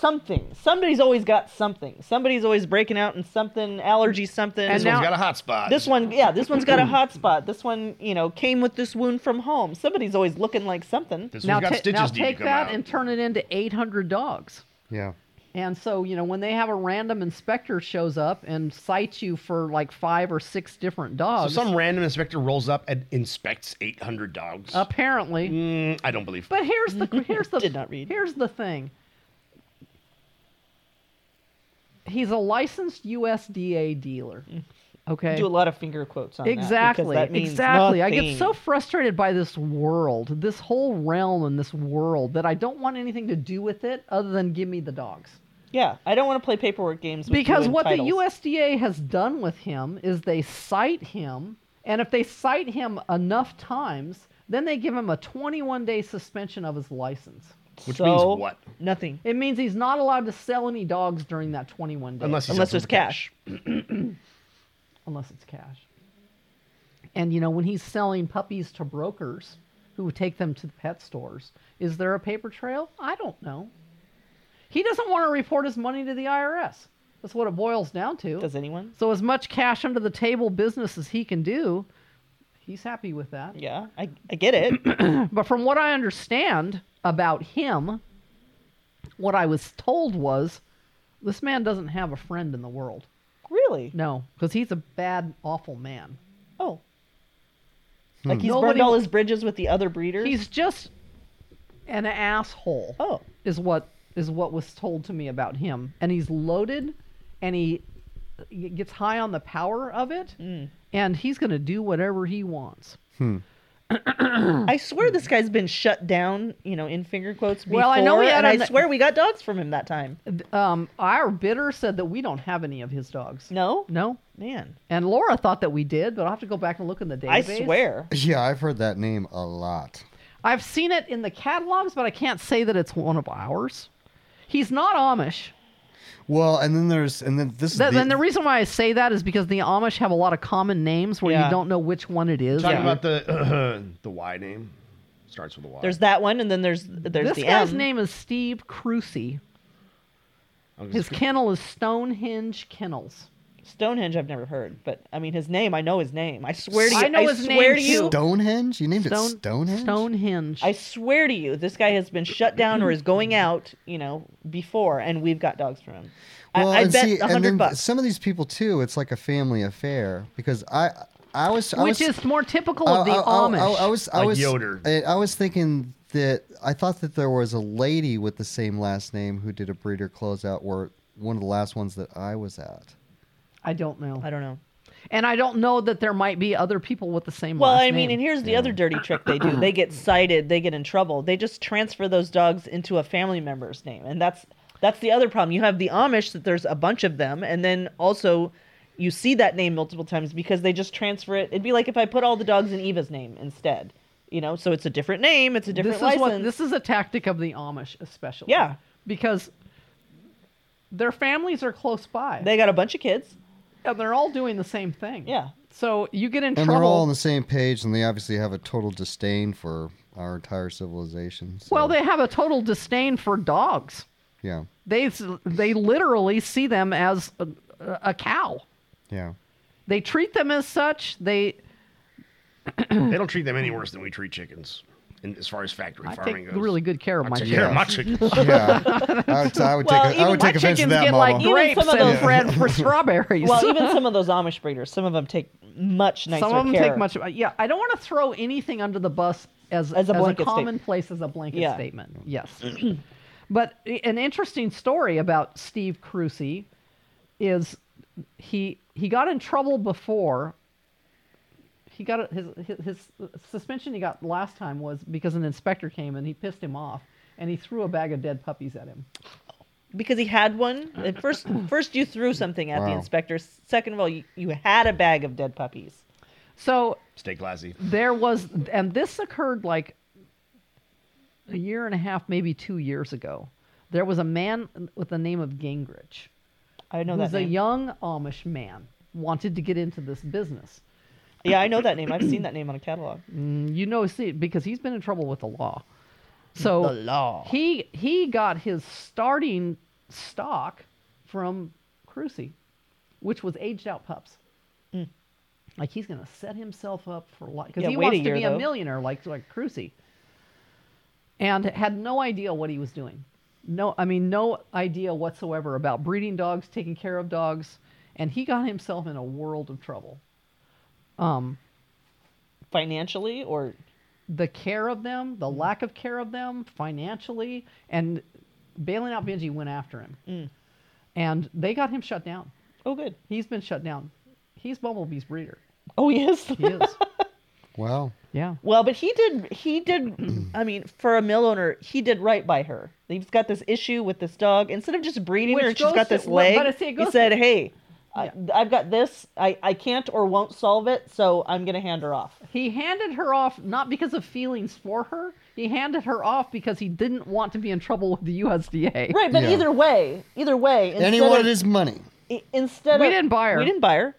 B: something. Somebody's always got something. Somebody's always breaking out in something, allergy something.
D: And
C: This
D: now-
C: one's got a hot spot.
B: this one, yeah, this one's got a hot spot. This one, you know, came with this wound from home. Somebody's always looking like something.
C: This
D: Now,
C: one's got
D: ta-
C: stitches
D: now
C: need to
D: take
C: come
D: that
C: out.
D: and turn it into 800 dogs.
A: Yeah.
D: And so, you know, when they have a random inspector shows up and cites you for like five or six different
C: So
D: dogs,
C: some random inspector rolls up and inspects 800 dogs.
D: apparently.
C: Mm, I don't believe.
D: But here's the
C: [LAUGHS]
D: here's the
B: Did not read.
D: here's the thing. He's a licensed USDA dealer.
C: Mm.
D: Okay.
B: Do a lot of finger quotes on that because
D: Exactly.
B: that means
D: exactly. I get
B: nothing.
D: so frustrated by this world, this whole realm and this world that I don't want anything to do with it other than give me the dogs.
B: Yeah, I don't want to play paperwork games. With
D: Because
B: UN
D: what
B: titles.
D: the USDA has done with him is they cite him, and if they cite him enough times, then they give him a 21 day suspension of his license.
C: Which
B: So,
C: means what?
B: Nothing.
D: It means he's not allowed to sell any dogs during that 21 days.
C: Unless he
B: Unless
C: sells it
B: there's
C: for
B: cash.
D: unless it's cash. And you know, when he's selling puppies to brokers who take them to the pet stores, is there a paper trail? I don't know. He doesn't want to report his money to the IRS. That's what it boils down to.
B: Does anyone?
D: so as much cash under the table business as he can do, he's happy with that.
B: Yeah, I, I get it.
A: [CLEARS THROAT]
D: But from what I understand about him, what I was told was this man doesn't have a friend in the world.
B: really?
D: No, because he's a bad, awful man.
B: Oh.
A: Hmm.
B: Like he's
D: Nobody-
B: burned all his bridges with the other breeders.
D: He's just an asshole.
B: oh,
D: Is what is what was told to me about him. And he's loaded and he he gets high on the power of it
B: Mm.
D: and he's going to do whatever he wants.
B: I swear this guy's been shut down. You know, in finger quotes. Before,
D: Well, I know he had
B: and I
D: on the-
B: swear we got dogs from him that time.
D: Um our bidder said that we don't have any of his dogs.
B: No,
D: No.
B: man,
D: And Laura thought that we did, but I'll have to go back and look in the database.
B: I swear.
A: Yeah, I've heard that name a lot.
D: I've seen it in the catalogs, but I can't say that it's one of ours. He's not Amish.
A: Well, and then there's and then this is
D: Th-
A: the,
D: then the reason why I say that is because the Amish have a lot of common names where
B: Yeah.
D: you don't know which one it is.
C: Talking about the the [CLEARS THROAT] Y name starts with a Y.
B: There's that one, and then there's there's
D: this
B: the
D: guy's
B: M.
D: name is Steve Crucy.
C: I'm
D: His
C: just-
D: kennel is Stonehenge Kennels.
B: Stonehenge. I've never heard, but I mean his name. I know his name. I swear to you.
D: I
B: I
D: know his
B: swear
D: name,
B: to you.
D: too.
A: Stonehenge. You named it
D: Stone-
A: Stonehenge.
D: Stonehenge.
B: I swear to you, this guy has been shut down or is going out, you know, before, and we've got dogs from him. I, I
A: and
B: bet
A: see, and
B: a
A: then
B: hundred bucks.
A: Some of these people too. It's like a family affair because I, I was, I
D: which
A: was,
D: is more typical
A: I,
D: of the
A: I- I-
D: Amish.
A: I, I was, I
C: Like
A: was,
C: Yoder.
A: I, I was thinking that I thought that there was a lady with the same last name who did a breeder closeout, where one of the last ones that I was at.
D: I don't know.
B: I don't know.
D: and I don't know that there might be other people with the same
B: Well,
D: last
B: I mean,
D: name.
B: and here's the other dirty trick they
D: [CLEARS THROAT]
B: do. They get cited, they get in trouble. They just transfer those dogs into a family member's name. And that's that's the other problem. You have the Amish that there's a bunch of them, and then also you see that name multiple times because they just transfer it. It'd be like if I put all the dogs in Eva's name instead. You know, so it's a different name, it's a different
D: this
B: license.
D: is what this is a tactic of the Amish, especially.
B: Yeah.
D: because their families are close by,
B: They got a bunch of kids.
D: and they're all doing the same thing.
B: Yeah.
D: So you get in
A: And
D: trouble.
A: they're all on the same page, and they obviously have a total disdain for our entire civilization. so,
D: Well, they have a total disdain for dogs.
A: yeah,
D: They s- they literally see them as a, a cow.
A: yeah.
D: They treat them as such. They
C: they don't treat them any worse than we treat chickens. In, as far as factory
D: I
C: farming
D: take
C: goes,
D: really good care of
C: I
D: my
C: take
D: chickens.
C: care of my chickens.
D: [LAUGHS]
A: Yeah, I would, I would
B: Well,
A: take, a, I
B: even
A: would
D: My
A: take offense to
D: chickens
A: that,
D: get
A: mama.
D: like
B: Even
D: grapes
B: some of
D: and
B: those-
D: [LAUGHS] bread for strawberries.
B: Well, even
D: [LAUGHS]
B: some of those Amish breeders, some of them take much nicer
D: some of them
B: care.
D: take much. Yeah, I don't want to throw anything under the bus as
B: As a blanket statement.
D: commonplace as a blanket
B: Yeah.
D: statement. Yes, [CLEARS THROAT] but i- an interesting story about Steve Crucy is he he got in trouble before. He got a- his, his his suspension he got last time was because an inspector came and he pissed him off and he threw a bag of dead puppies at him.
B: because he had one. At First, first you threw something at the
A: Wow.
B: inspector. Second of all, you, you had a bag of dead puppies.
D: So
C: Stay classy.
D: there was and this occurred like a year and a half maybe two years ago there was a man with the name of gingrich
B: I know
D: who's
B: that
D: a
B: name.
D: young amish man wanted to get into this business
B: yeah, I know that name. I've seen that name on a catalog.
D: Mm, you know see because he's been in trouble with the law So
B: The law.
D: he he got his starting stock from Crucy, which was aged out pups. Like he's gonna set himself up for life because
B: Mm. Yeah,
D: he
B: wait a
D: wants to
B: year,
D: be
B: though.
D: a millionaire like like Crucy. And had no idea what he was doing. No, I mean no idea whatsoever about breeding dogs, taking care of dogs, and he got himself in a world of trouble. Um,
B: financially or
D: the care of them,
B: Mm-hmm.
D: the lack of care of them financially, and bailing out Benji went after him.
B: Mm.
D: And they got him shut down.
B: oh good
D: He's been shut down. He's Bumblebee's breeder.
B: oh yes [LAUGHS]
D: He is.
A: Wow.
D: yeah.
B: well but he did he did i mean for a mill owner he did right by her he's got this issue with this dog instead of just breeding
D: Which
B: her and she's
D: goes
B: got
D: to-
B: this
D: well,
B: leg
D: but I see it
B: he
D: goes
B: said hey
D: Yeah.
B: I, I've got this. I, I can't or won't solve it, so I'm gonna hand her off.
D: He handed her off not because of feelings for her. He handed her off because he didn't want to be in trouble with the USDA.
B: Right, but
A: Yeah.
B: either way, either way, instead
A: And he wanted
B: of,
A: his money.
B: i- instead
D: We
B: of-
D: didn't buy her.
B: We didn't buy her.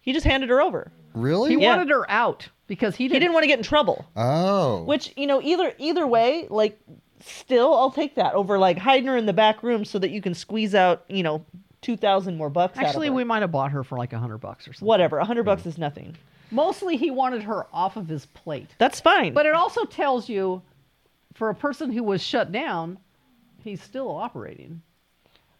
B: He just handed her over.
A: Really?
D: He
B: Yeah.
D: wanted her out because he
B: He
D: didn't,
B: didn't want to get in trouble.
A: oh.
B: Which you know, either either way, like still, I'll take that over like hiding her in the back room so that you can squeeze out you know two thousand more bucks. out of
D: Actually,
B: her.
D: we might have bought her for like a hundred bucks or something.
B: whatever. A hundred bucks is nothing.
D: Mostly, he wanted her off of his plate.
B: That's fine.
D: But it also tells you, for a person who was shut down, he's still operating.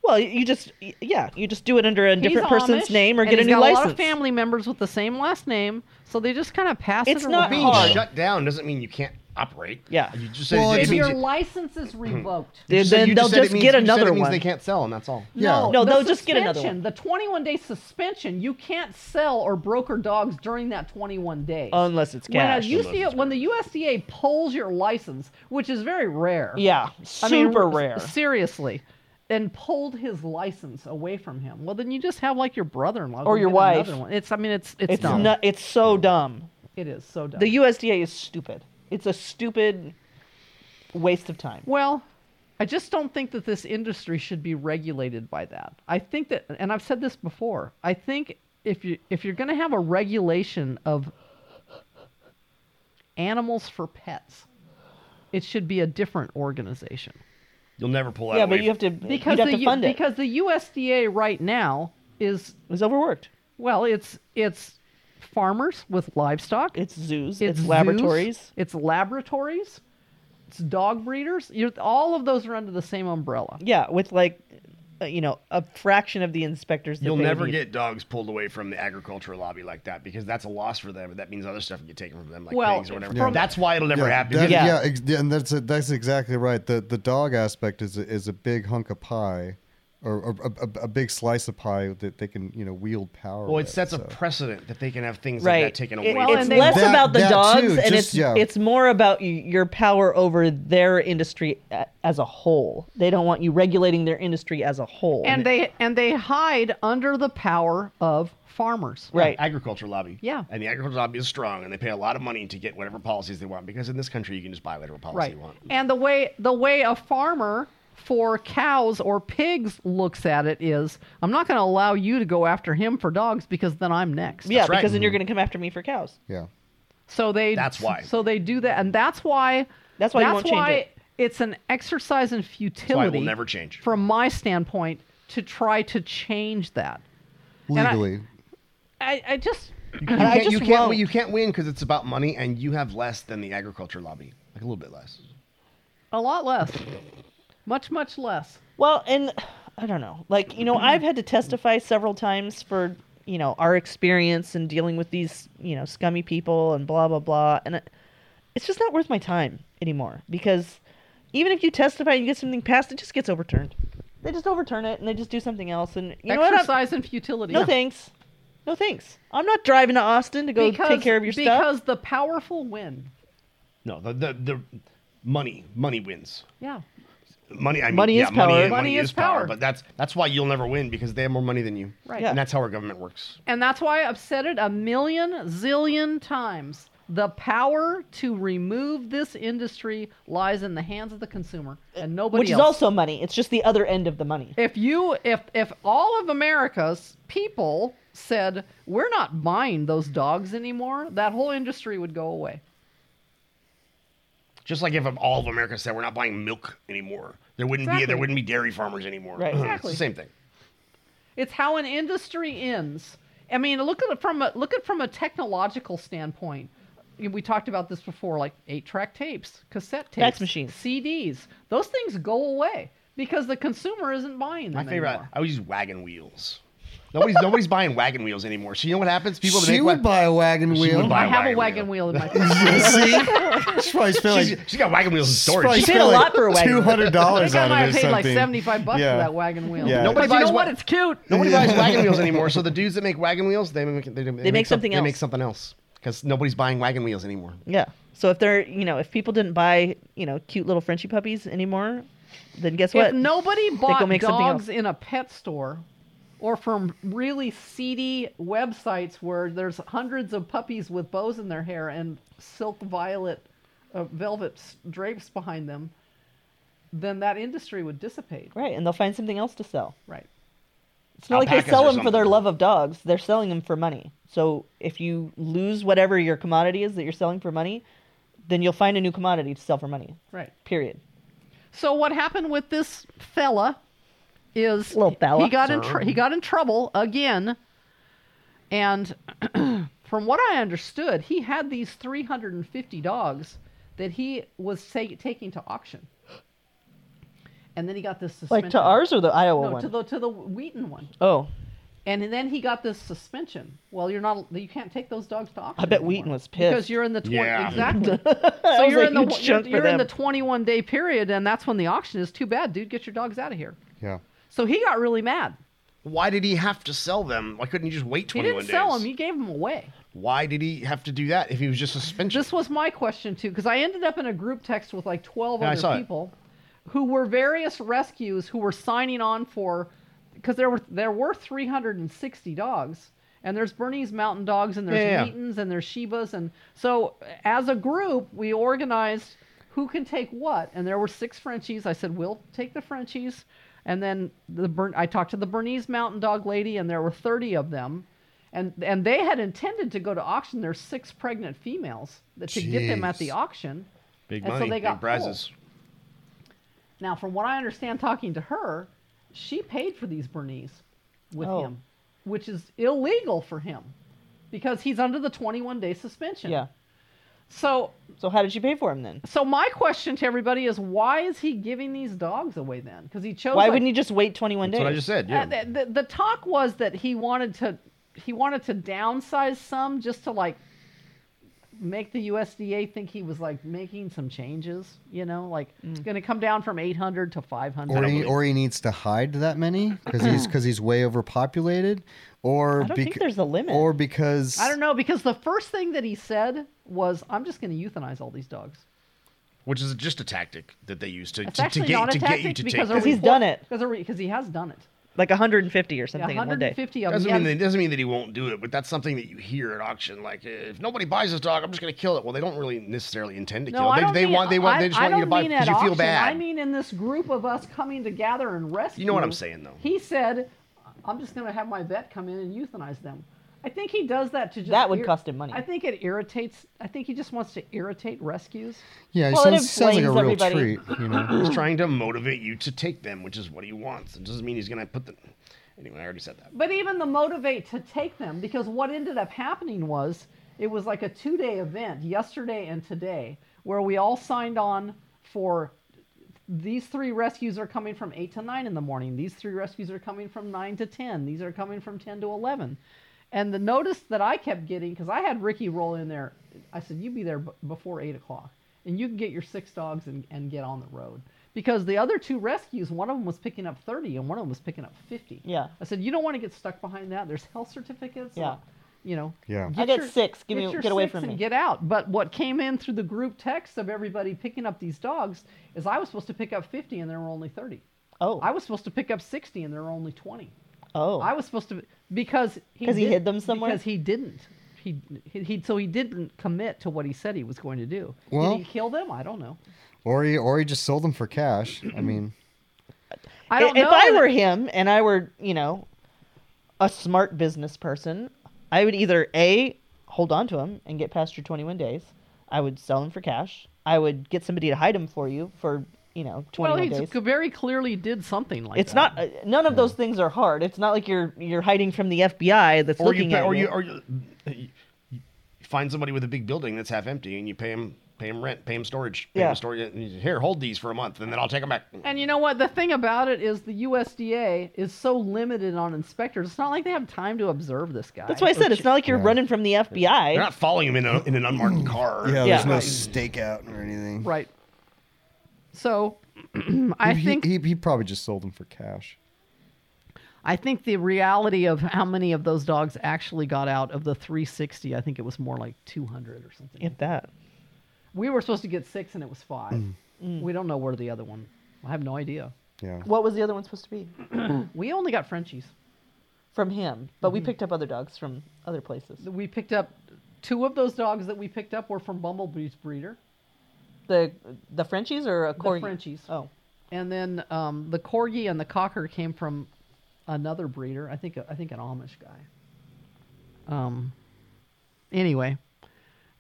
B: well, you- you just y- yeah, you just do it under a different
D: He's
B: person's
D: Amish,
B: name or
D: and
B: get a
D: he's
B: new
D: got
B: license.
D: A lot of family members with the same last name, so they just kind of pass
B: It's
D: it
B: not
D: around.
B: hard.
C: Being shut down doesn't mean you can't operate.
B: Yeah.
C: You just said
A: Well,
C: it
A: it's-
D: If
C: means
D: your
C: it-
D: license is revoked. [CLEARS THROAT]
B: They-
C: you said-
B: then
C: you
B: they'll
C: said it
B: just
C: means-
B: get
C: you said
B: another
C: it means
B: one.
C: They can't sell, and that's all.
A: Yeah.
D: No,
B: No,
D: the
B: they'll just get another
D: suspension, The 21 day suspension, you can't sell or broker dogs during that 21 days.
B: Unless it's
D: when, uh, a
B: cash.
D: USDA, when the USDA pulls your license, which is very rare.
B: yeah,
D: I mean,
B: super rare.
D: Seriously. And pulled his license away from him. Well, then you just have like your brother-in-law
B: Or
D: go
B: your
D: get another
B: wife.
D: one. It's I mean, it's it's,
B: It's
D: dumb.
B: not. It's so dumb.
D: It is so dumb.
B: The USDA is stupid. It's a stupid waste of time.
D: well, I just don't think that this industry should be regulated by that. I think that, and I've said this before. I think if you if you're going to have a regulation of animals for pets, it should be a different organization.
C: You'll never pull out.
B: Yeah, but you have to
D: Because
B: you'd have
D: the,
B: to
D: U-
B: fund it.
D: because the USDA right now is
B: It's overworked.
D: Well, it's it's farmers with livestock.
B: It's zoos.
D: it's
B: It's,
D: zoos,
B: laboratories.
D: It's laboratories. It's dog breeders. You're, all of those are under the same umbrella.
B: Yeah, with like, uh, you know, a fraction of the inspectors. That
C: You'll
B: they
C: never
B: need.
C: get dogs pulled away from the agricultural lobby like that because that's a loss for them. That means other stuff can get taken from them, like
D: Well,
C: pigs or whatever.
D: from-
C: That's why it'll never happen.
A: that-
C: because
B: Yeah.
A: yeah, ex- yeah, and that's that's exactly right. The the dog aspect is a, is a big hunk of pie, or a, a, a- a big slice of pie that they can you know wield power.
C: Well, it
A: with,
C: sets a
A: so.
C: precedent that they can have things
B: right.
C: like that taken
B: It-
C: away.
D: Well,
C: from
B: it's
D: and
C: them.
D: they-
B: less
A: That-
B: about the
A: that
B: dogs,
A: too,
B: and
A: just-
B: it's
A: yeah.
B: it's more about y- your power over their industry a- as a whole. They don't want you regulating their industry as a whole.
D: And they and they hide under the power of farmers.
B: right.
C: agriculture lobby.
D: Yeah.
C: And the agriculture lobby is strong, and they pay a lot of money to get whatever policies they want because in this country you can just buy whatever policy
D: Right.
C: you want.
D: And the way the way a farmer for cows or pigs looks at it is, I'm not going to allow you to go after him for dogs because then I'm next.
B: yeah,
C: that's right. Mm-hmm.
B: because then you're going to come after me for cows.
A: yeah.
D: So they
C: That's why.
D: So they do that, and that's why.
B: That's why you won't change
D: why
B: it.
D: It's an exercise in
C: That's why
D: futility.
C: it will never change.
D: From my standpoint, to try to change that, I-
A: legally.
D: I, I just
C: You can't,
B: I just
C: you, can't
B: won't.
C: you can't win because it's about money, and you have less than the agriculture lobby, like a little bit less.
D: a lot less, much much less.
B: Well, and I don't know. Like, you know, I've had to testify several times for, you know, our experience in dealing with these, you know, scummy people and blah, blah, blah. And it, it's just not worth my time anymore because even if you testify and you get something passed, it just gets overturned. They just overturn it and they just do something else. And you know what? I'm-
D: exercise in futility.
B: No thanks. No thanks. I'm not driving to Austin to go
D: Because,
B: take care of your stuff.
D: because the powerful win.
C: No, the the, the money money wins.
D: Yeah.
C: Money, I mean,
B: Money
C: yeah,
B: is power.
C: Money,
D: Money is
C: is power.
D: power.
C: But that's that's why you'll never win because they have more money than you.
D: Right.
B: Yeah.
C: And that's how our government works.
D: And that's why I've said it a million zillion times. The power to remove this industry lies in the hands of the consumer and nobody
B: Which is
D: else.
B: also money. It's just the other end of the money.
D: if you if if all of america's people said we're not buying those dogs anymore that whole industry would go away
C: Just like if all of America said we're not buying milk anymore, there wouldn't be
D: Exactly.
C: there wouldn't be dairy farmers anymore.
B: Right.
C: It's
D: Exactly.
C: the same thing.
D: It's how an industry ends. I mean, look at it from a look at it from a technological standpoint. We talked about this before, like eight-track tapes, cassette tapes,
B: Fax machines.
D: CDs. Those things go away because the consumer isn't buying
C: My
D: them
C: favorite.
D: anymore.
C: I always use wagon wheels. Nobody's nobody's buying wagon wheels anymore. So you know what happens? People that
A: she
C: make
A: would
C: wa-
A: buy a wagon
C: She
A: wheel.
C: would buy-
D: I have a
C: wagon
D: wagon wheel in my car.
A: [LAUGHS] See, she's probably spending
C: She's,
A: like,
C: she's got wagon wheels in
A: she's probably
C: storage.
B: [LAUGHS]
C: [LAUGHS]
B: She paid a lot for a wagon.
A: Two hundred
D: I
A: dollars
D: think I
A: on
D: might
A: it or
D: have paid
A: something.
D: like seventy-five bucks
A: Yeah.
D: for that wagon wheel.
A: Yeah.
D: But
C: Nobody
D: you know
C: buys
D: what?
C: wa-
D: It's cute.
C: Nobody buys wagon wheels anymore. So the dudes that make wagon wheels, they make they, they
B: make
C: some-
B: something
C: They make
B: else.
C: something else because nobody's buying wagon wheels anymore.
B: Yeah. So if they're, you know, if people didn't buy, you know, cute little Frenchie puppies anymore, then guess what?
D: If nobody bought
B: make something
D: dogs
B: else.
D: in a pet store or from really seedy websites where there's hundreds of puppies with bows in their hair and silk violet uh, velvet s- drapes behind them, then that industry would dissipate.
B: Right, and they'll find something else to sell.
D: Right.
B: It's not like they
C: Alpacas
B: sell
C: or
B: them for their
C: something.
B: love of dogs. They're selling them for money. So if you lose whatever your commodity is that you're selling for money, then you'll find a new commodity to sell for money.
D: Right.
B: Period.
D: So what happened with this fella is
B: Little fella.
D: he got in tr- he got in trouble again, and [CLEARS THROAT] from what I understood, he had these 350 dogs that he was ta- taking to auction, and then he got this suspension.
B: Like to ours or the Iowa
D: No,
B: one?
D: to the to the Wheaton one,
B: oh,
D: and then he got this suspension. Well, you're not you can't take those dogs to auction.
B: I bet
D: anymore
B: Wheaton was pissed.
D: because you're in the 20,
B: [LAUGHS]
C: Yeah.
D: exactly.
B: That
D: so
B: was
D: you're
B: a
D: in the
B: huge
D: you're,
B: chunk for
D: you're in the
B: them.
D: 21 day period, and that's when the auction is. Too bad, dude. Get your dogs out of here.
A: yeah.
D: So he got really mad.
C: Why did he have to sell them? Why couldn't he just wait
D: He
C: 21
D: didn't
C: days?
D: sell them. He gave them away.
C: Why did he have to do that if he was just suspension?
D: This was my question too, because I ended up in a group text with like 12
C: Yeah, I saw
D: other
C: it.
D: people, who were various rescues who were signing on for, because there were there were 360 dogs, and there's Bernese Mountain Dogs, and there's
C: Yeah, yeah.
D: Wheatons, and there's Shibas, and so as a group we organized who can take what, and there were six Frenchies. I said we'll take the Frenchies, and then the Bern- I talked to the Bernese Mountain Dog lady, and there were 30 of them. And, and they had intended to go to auction their six pregnant females that to get them at the
C: Jeez.
D: auction.
C: big
D: and so
C: money,
D: they got
C: big prizes.
D: Now, from what I understand, talking to her, she paid for these Bernese with
B: Oh.
D: him, which is illegal for him because he's under the 21 day suspension.
B: yeah.
D: So,
B: So how did you pay for him then?
D: so my question to everybody is, why is he giving these dogs away then? Because he chose.
B: Why
D: like-
B: wouldn't you just wait 21
C: That's
B: days?
C: what I just said. Yeah.
D: Uh, the, the, the talk was that he wanted to he wanted to downsize some just to like make the USDA think he was like making some changes, you know, like
B: Mm.
D: it's going to come down from 800 to 500.
A: Or he, or he needs to hide that many because [CLEARS THROAT] he's because he's way overpopulated, or
B: I don't think there's a limit.
A: or because
D: I don't know because the first thing that he said was I'm just going to euthanize all these dogs.
C: Which is just a tactic that they use to,
D: It's
C: to, to
D: actually
C: get,
D: not a
C: to
D: tactic
C: get you to take
D: because a
C: them.
B: He's
D: report-
B: done it.
D: Because a re- because he has done it.
B: like 150 or
D: Yeah,
B: something in one day.
D: 150 of them.
C: Doesn't
D: Yeah,
C: mean that, doesn't mean that he won't do it, but that's something that you hear at auction. Like, eh, if nobody buys this dog, I'm just going to kill it. Well, they don't really necessarily intend to
D: No,
C: kill. it.
D: I
C: They,
D: don't
C: they
D: mean,
C: want they want
D: I,
C: they just
D: I
C: want you to
D: don't
C: buy
D: mean
C: because
D: at
C: you feel
D: auction.
C: bad.
D: I mean, in this group of us coming together and rescue.
C: You know what I'm saying, though.
D: He said, "I'm just going to have my vet come in and euthanize them." I think he does that to just
B: That would cost him money.
D: I think it irritates. I think he just wants to irritate rescues.
A: yeah, he
B: Well, it
A: sounds, sounds like a real
B: inflames everybody.
A: treat. You know,
C: [CLEARS THROAT] He's trying to motivate you to take them, which is what he wants. It doesn't mean he's going to put them. Anyway, I already said that.
D: But even the motivate to take them, because what ended up happening was it was like a two day event yesterday and today where we all signed on for these three rescues are coming from 8 to 9 in the morning. These three rescues are coming from 9 to 10. These are coming from 10 to 11. And the notice that I kept getting, because I had Ricky roll in there, I said, You be there b- before 8 o'clock and you can get your six dogs and, and get on the road. Because the other two rescues, one of them was picking up 30 and one of them was picking up 50.
B: Yeah.
D: I said, you don't want to get stuck behind that. There's health certificates.
B: Yeah.
D: and, you know.
A: Yeah. I
B: got six. Give me-
D: your
B: get away
D: six
B: from
D: and
B: me.
D: Get out. But what came in through the group text of everybody picking up these dogs is I was supposed to pick up 50 and there were only 30.
B: Oh.
D: I was supposed to pick up 60 and there were only 20.
B: oh.
D: I was supposed to because
B: 'Cause he
D: didn't-
B: hid them somewhere?
D: Because he didn't. He, he, he so he didn't commit to what he said he was going to do.
A: Well-
D: Did he kill them? I don't know.
A: [LAUGHS] or he or he just sold them for cash. I mean,
D: I don't
B: if
D: know.
B: I
D: that-
B: were him and I were, you know, a smart business person, I would either A, hold on to him and get past your 21 days. I would sell him for cash I would get somebody to hide him for you for you know
D: Well,
B: 21
D: he
B: days.
D: c- very clearly did something like
B: It's
D: that.
B: not uh, none of those things are hard. It's not like you're you're hiding from the FBI that's
C: or you,
B: looking
C: pay,
B: at
C: or you or you, you find somebody with a big building that's half empty and you pay them pay him rent, pay him storage, pay
B: Yeah.
C: him storage. and you say, Here, hold these for a month, and then I'll take them back.
D: And you know what? The thing about it is the USDA is so limited on inspectors. It's not like they have time to observe this guy.
B: That's why I said it's not like you're running from the FBI.
C: They're not following him in, a, in an unmarked car.
A: Yeah,
B: Yeah.
A: there's no stakeout or anything.
D: Right. So, [CLEARS THROAT] I
A: He- he-
D: think
A: he, he probably just sold them for cash.
D: I think the reality of how many of those dogs actually got out of the 360. I think it was more like 200 or something.
B: If that.
D: We were supposed to get six, and it was five.
A: Mm.
B: Mm.
D: We don't know where the other one. I have no idea.
A: Yeah.
B: What was the other one supposed to be?
D: We only got Frenchies.
B: From him. But we picked up other dogs from other places.
D: We picked up two of those dogs that we picked up were from Bumblebee's breeder.
B: The the Frenchies or a corgi?
D: Frenchies.
B: Oh.
D: and then um, the corgi and the cocker came from another breeder. I think I think an Amish guy. Um. Anyway,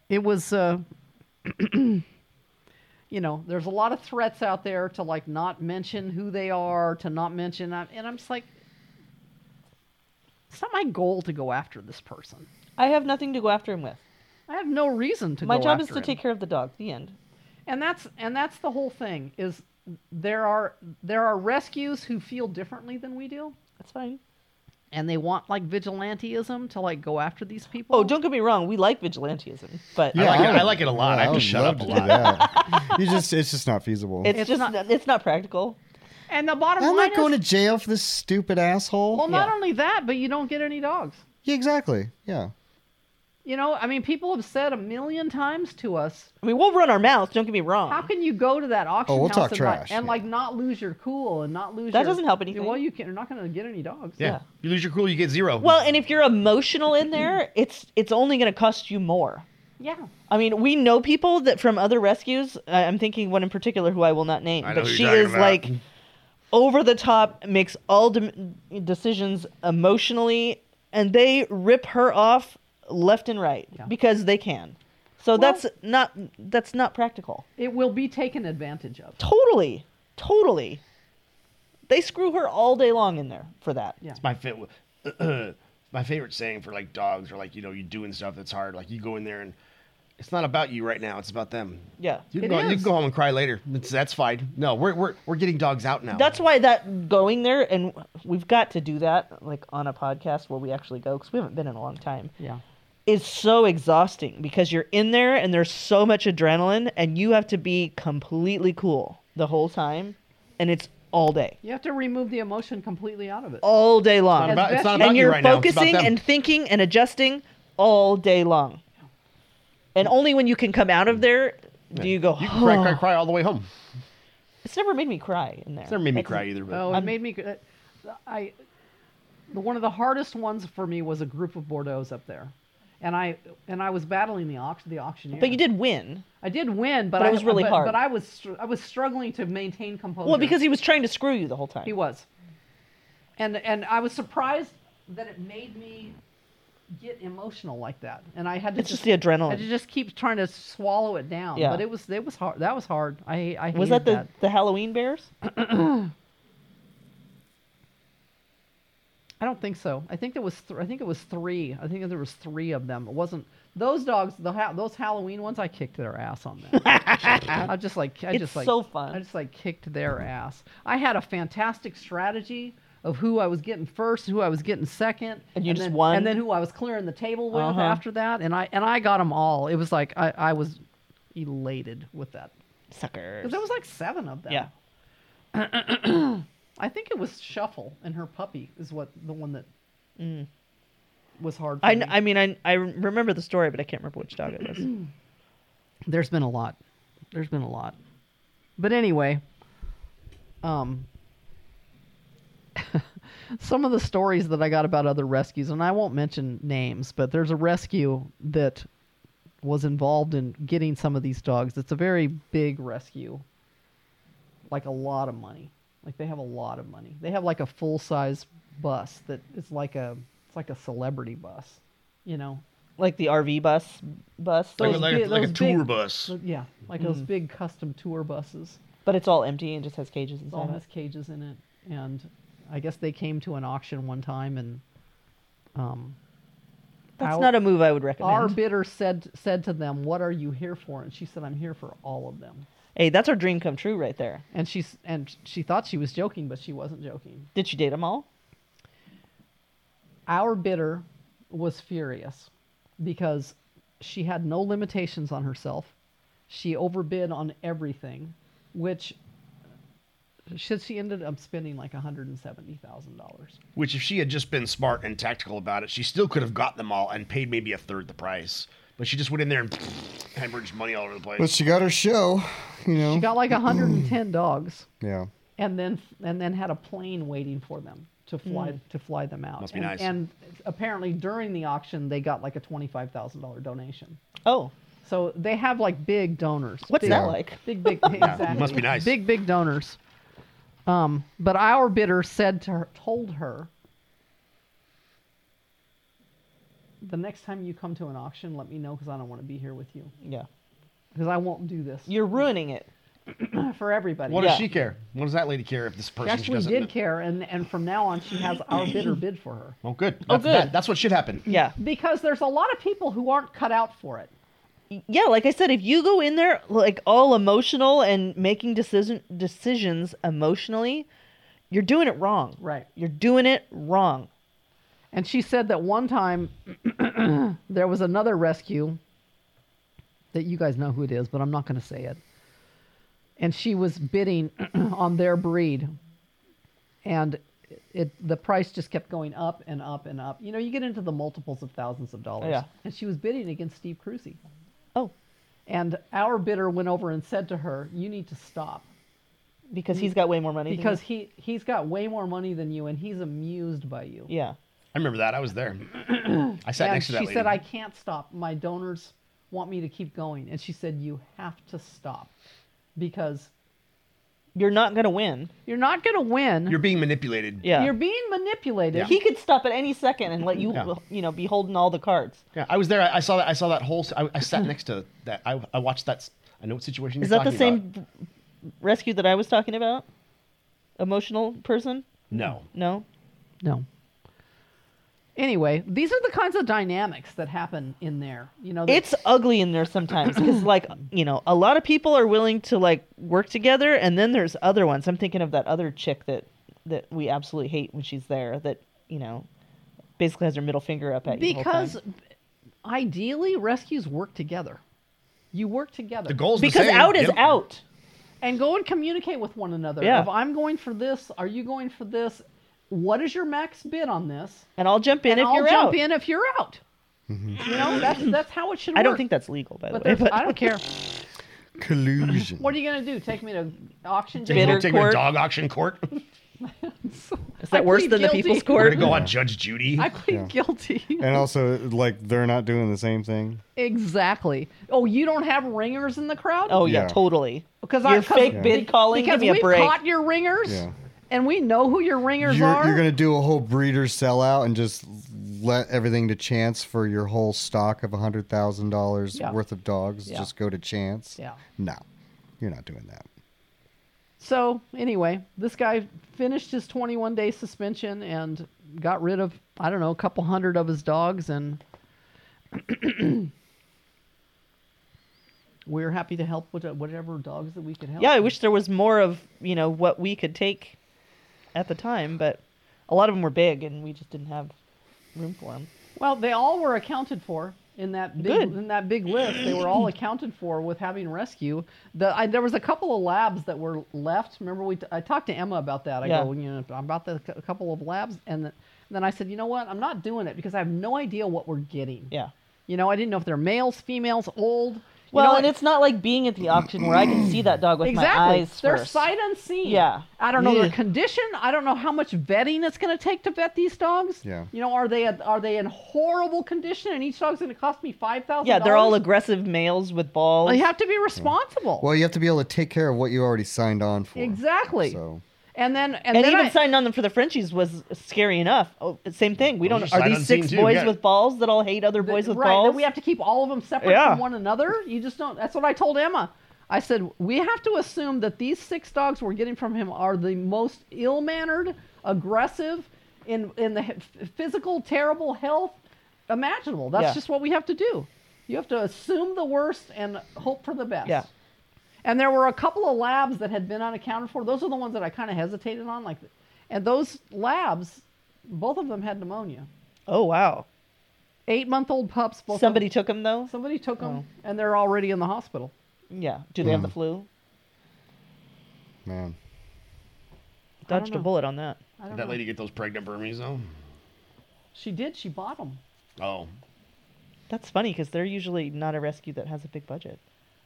D: it was. Uh, [CLEARS THROAT] you know, there's a lot of threats out there to like not mention who they are, to not mention, and I'm just like, it's not my goal to go after this person.
B: I have nothing to go after him with.
D: I have no reason to.
B: My
D: go
B: job is
D: after
B: to
D: him.
B: take care of the dog. The end.
D: and that's and that's the whole thing is there are there are rescues who feel differently than we do
B: That's fine.
D: and they want like vigilanteism to like go after these people
B: Oh, don't get me wrong. We like vigilanteism, but
C: I, like
A: Yeah, I
C: it, I
A: would-
C: like it a lot. I have to
A: would
C: shut
A: love
C: up a
A: to do
C: lot.
A: [LAUGHS] that. you just it's just not feasible.
B: it's,
D: It's
B: just
D: not-
B: it's not practical.
D: and the bottom
A: I'm
D: line
A: not going
D: is
A: to jail for this stupid asshole.
D: well not
B: Yeah.
D: only that but you don't get any dogs
A: yeah, exactly. Yeah.
D: you know i mean people have said a million times to us
B: I mean, we'll run our mouths. Don't get me wrong.
D: how can you go to that auction
A: Oh, we'll
D: house
A: talk
D: and,
A: trash,
D: Not, and
A: yeah.
D: like not lose your cool and not lose
B: That
D: your-
B: doesn't help anything.
D: well you can, you're not going to get any dogs
C: Yeah.
B: Yeah.
C: You lose your cool, you get zero.
B: well, and if you're emotional in there, it's it's only going to cost you more.
D: yeah
B: I mean, we know people that from other rescues. I- I'm thinking one in particular who I will not name,
C: I know
B: but
C: who you're
B: she
C: talking
B: is
C: about.
B: like over the top, makes all dem decisions emotionally, and they rip her off left and right
D: Yeah.
B: because they can. So that's not that's not practical.
D: it will be taken advantage of
B: Totally, totally. They screw her all day long in there for that.
D: Yeah.
C: It's my fit. [CLEARS THROAT] my favorite saying for like dogs or like you know you're doing stuff that's hard. Like you go in there and it's not about you right now. It's about them.
B: Yeah.
C: You can,
D: It
C: go, you
D: is.
C: can go home and cry later. It's, that's fine. No, we're, we're we're getting dogs out now.
B: That's why that going there, and we've got to do that like on a podcast where we actually go because we haven't been in a long time.
D: yeah
B: is so exhausting because you're in there and there's so much adrenaline and you have to be completely cool the whole time and it's all day
D: you have to remove the emotion completely out of it
B: all day long
C: It's not about, it's not
D: best-
C: about
B: and
C: you
B: you're
C: right now. It's about
B: focusing
C: them.
B: and thinking and adjusting all day long and only when you can come out of there do you go
C: Mm.
B: "Oh."
C: you can cry,
B: [SIGHS]
C: cry, cry all the way home.
B: it's never made me cry in there
C: It's never made me
B: That's-
C: cry either. But
D: Oh, it made me. uh, I the one of the hardest ones for me was a group of Bordeaux's up there, and I and I was battling the auction the auctioneer.
B: but you did win
D: I did win, but,
B: But it
D: I
B: was really
D: but,
B: hard.
D: But I was str- I was struggling to maintain composure.
B: well because he was trying to screw you the whole time
D: he was, and and I was surprised that it made me get emotional like that, and I had to
B: It's just the adrenaline.
D: I had to just keep trying to swallow it down.
B: Yeah.
D: But it was it was hard. That was hard. I I
B: was that
D: hated
B: the, the halloween bears
D: I don't think so. I think there was th- I think it was three. I think there was three of them. It wasn't those dogs. The ha- those Halloween ones. I kicked their ass on that. I just like I
B: It's
D: just like
B: so fun.
D: I just like kicked their ass. I had a fantastic strategy of who I was getting first, who I was getting second,
B: And you just
D: then,
B: won?
D: and then who I was clearing the table with
B: Uh-huh.
D: after that. And I and I got them all. It was like I I was elated with that
B: suckers
D: because there was like seven of them.
B: yeah
D: I think it was Shuffle and her puppy is what the one that was hard.
B: Mm.
D: For
B: I,
D: me.
B: kn- I mean, I, I remember the story, but I can't remember which dog it was. [CLEARS THROAT]
D: there's been a lot. There's been a lot. But anyway, um, [LAUGHS] some of the stories that I got about other rescues, and I won't mention names, but there's a rescue that was involved in getting some of these dogs. It's a very big rescue, like a lot of money. Like they have a lot of money. They have like a full size bus that it's like a it's like a celebrity bus, you know,
B: like the RV bus bus,
C: Like, a-
D: Those
C: like, a-
D: big-
C: like a
D: those
C: tour
D: big-
C: bus.
D: So, yeah, like those big custom tour buses.
B: but it's all empty and just has cages
D: It all
B: inside.
D: has
B: it.
D: cages in it, and I guess they came to an auction one time, and um,
B: That's
D: our-
B: not a move I would
D: our
B: recommend.
D: bidder said said to them, "What are you here for?" And she said, "I'm here for all of them."
B: hey, that's our dream come true right there.
D: And she's and she thought she was joking, but she wasn't joking.
B: Did you date them all?
D: Our bidder was furious because she had no limitations on herself. She overbid on everything, which should she ended up spending like hundred and seventy thousand dollars.
C: Which, if she had just been smart and tactical about it, she still could have got them all and paid maybe a third the price. But she just went in there and [SNIFFS] hemorrhaged money all over the place.
A: But she got her show, you know.
D: She got like hundred and ten dogs.
A: yeah.
D: and then and then had a plane waiting for them to fly
B: Mm.
D: to fly them out.
C: Must be
D: and,
C: nice.
D: and apparently during the auction they got like a twenty five thousand dollar donation.
B: Oh,
D: So they have like big donors.
B: what's
D: big,
B: that like?
C: [LAUGHS]
D: Big big exactly.
C: must be nice.
D: Big big donors. Um, but our bidder said to her, told her, the next time you come to an auction, let me know because I don't want to be here with you
B: Yeah,
D: because I won't do this
B: you're ruining it.
D: for everybody.
C: What
B: Yeah.
C: does she care? What does that lady care if this person
D: She
C: she
D: actually
C: doesn't
D: did
C: know?
D: care, and, and from now on, she has our bidder bid for her.
C: Oh, good. That's,
B: Oh, good.
C: that- that's what should happen.
B: Yeah,
D: Because there's a lot of people who aren't cut out for it.
B: yeah. Like I said, if you go in there like all emotional and making decision decisions emotionally, you're doing it wrong.
D: Right.
B: You're doing it wrong.
D: And she said that one time [CLEARS THROAT] there was another rescue that you guys know who it is, but I'm not going to say it. And she was bidding [CLEARS THROAT] on their breed. And it the price just kept going up and up and up. You know, you get into the multiples of thousands of dollars.
B: Yeah.
D: And she was bidding against Steve Cruzy.
B: Oh,
D: And our bidder went over and said to her, "You need to stop."
B: because he's got way more money. than
D: because he he's got way more money than you and he's amused by you
B: you. yeah,
C: I remember that. I
B: [CLEARS THROAT]
C: was there. I sat
D: and
C: next to
D: she
C: that lady.
D: said i can't stop my donors want me to keep going and she said you have to stop because
B: you're not gonna win.
D: you're not going to win
C: You're being manipulated.
B: Yeah,
D: You're being manipulated
C: Yeah.
B: he could stop at any second and let you,
C: Yeah.
B: you know, be holding all the cards.
C: Yeah, I was there. I, I saw that. I saw that whole. s- I, I sat next to that. I, I watched that. s- I know what situation.
B: Is
C: you're
B: that the
C: talking
B: same
C: about.
B: b- rescue that I was talking about? Emotional person?
C: No.
B: No.
D: no anyway these are the kinds of dynamics that happen in there you know that-
B: It's ugly in there sometimes because, like, you know, a lot of people are willing to like work together, and then there's other ones. I'm thinking of that other chick that that we absolutely hate when she's there. That you know, basically has her middle finger up at you the whole time.
D: because ideally rescues work together you work together
C: The goal's
B: because
C: the same.
B: out is
C: Yep.
B: out.
D: and go and communicate with one another.
B: Yeah.
D: If I'm going for this, are you going for this? What is your max bid on this?
B: And I'll jump in
D: And
B: if
D: I'll
B: you're
D: jump
B: out.
D: in if you're out.
A: Mm-hmm.
D: You know, that's that's how it
B: [LAUGHS]
D: should
B: I
D: work.
B: don't think that's legal, by
D: But,
B: the way.
D: there's-
B: But
D: I don't care.
A: Collusion.
D: What are you gonna do? Take me to auction?
C: Take me-
B: Bitter
C: take me to
B: court.
C: dog auction
D: [LAUGHS]
C: court. We're
B: is that worse
D: plead
B: than
D: guilty.
B: the people's
D: We're
B: court?
C: gonna go on Judge Judy.
D: [LAUGHS] I plead guilty.
A: and also, like, they're not doing the same thing.
D: exactly. Oh, you don't have ringers in the crowd?
B: Oh yeah,
A: Yeah.
B: totally.
D: because
B: Your fake bid calling. Give
D: Because
B: me a
D: we
B: break.
D: caught your ringers,
A: Yeah.
D: and we know who your ringers
A: You're,
D: are.
A: you're gonna do a whole breeder sellout and just let everything to chance for your whole stock of hundred thousand dollars
D: Yeah.
A: worth of dogs.
D: Yeah.
A: Just go to chance.
D: Yeah.
A: No, you're not doing that.
D: So anyway, this guy finished his 21 day suspension and got rid of I don't know a couple hundred of his dogs, and [CLEARS THROAT] we're happy to help with whatever dogs that we can help.
B: Yeah, I wish there was more of you know what we could take at the time, but a lot of them were big, and we just didn't have room for them.
D: Well, they all were accounted for in that big
B: Good.
D: in that big list. They were all accounted for with having rescue. The I, there was a couple of labs that were left. Remember, we t- I talked to Emma about that. I
B: Yeah.
D: go, you know, about the c- couple of labs, and, th- then I said, you know what, I'm not doing it because I have no idea what we're getting.
B: Yeah.
D: You know, I didn't know if they're males, females, old. You
B: Well,
D: know,
B: and
D: I-
B: it's not like being at the auction where I can see that dog with
D: exactly
B: my eyes
D: they're
B: first.
D: sight unseen.
B: Yeah.
D: I don't know their
B: Ugh.
D: condition. I don't know how much vetting it's going to take to vet these dogs.
A: Yeah.
D: You know, are they are they in horrible condition? And each dog's going to cost me five thousand.
B: yeah, they're all aggressive males with balls.
D: Oh, They have to be responsible.
A: Well, you have to be able to take care of what you already signed on for.
D: exactly.
A: So
D: And then and,
B: And
D: then
B: even
D: I,
B: signing on them for the Frenchies was scary enough. Oh, same thing. We don't.
C: just
B: Are
C: signed
B: these
C: on
B: six
C: team too,
B: boys
C: yeah.
B: with balls that all hate other
D: that-
B: boys with
D: right, that
B: balls?
D: we have to keep all of them separate
B: Yeah.
D: from one another. You just don't. That's what I told Emma. I said we have to assume that these six dogs we're getting from him are the most ill-mannered, aggressive, in in the he- f- physical terrible health imaginable. That's
B: Yeah.
D: just what we have to do. You have to assume the worst and hope for the best.
B: Yeah.
D: And there were a couple of labs that had been unaccounted for. Those are the ones that I kind of hesitated on. Like, and those labs, both of them had pneumonia.
B: oh wow!
D: Eight-month-old pups. Both of them-
B: Somebody took them though.
D: Somebody took them,
B: Oh.
D: and they're already in the hospital.
B: Yeah. Do they have
C: Hmm.
B: the flu?
A: Man.
B: Dodged a
D: know.
B: bullet on that.
D: I don't
C: Did that
D: know.
C: lady get those pregnant Burmese though?
D: She did. She bought them.
C: Oh,
B: That's funny because they're usually not a rescue that has a big budget.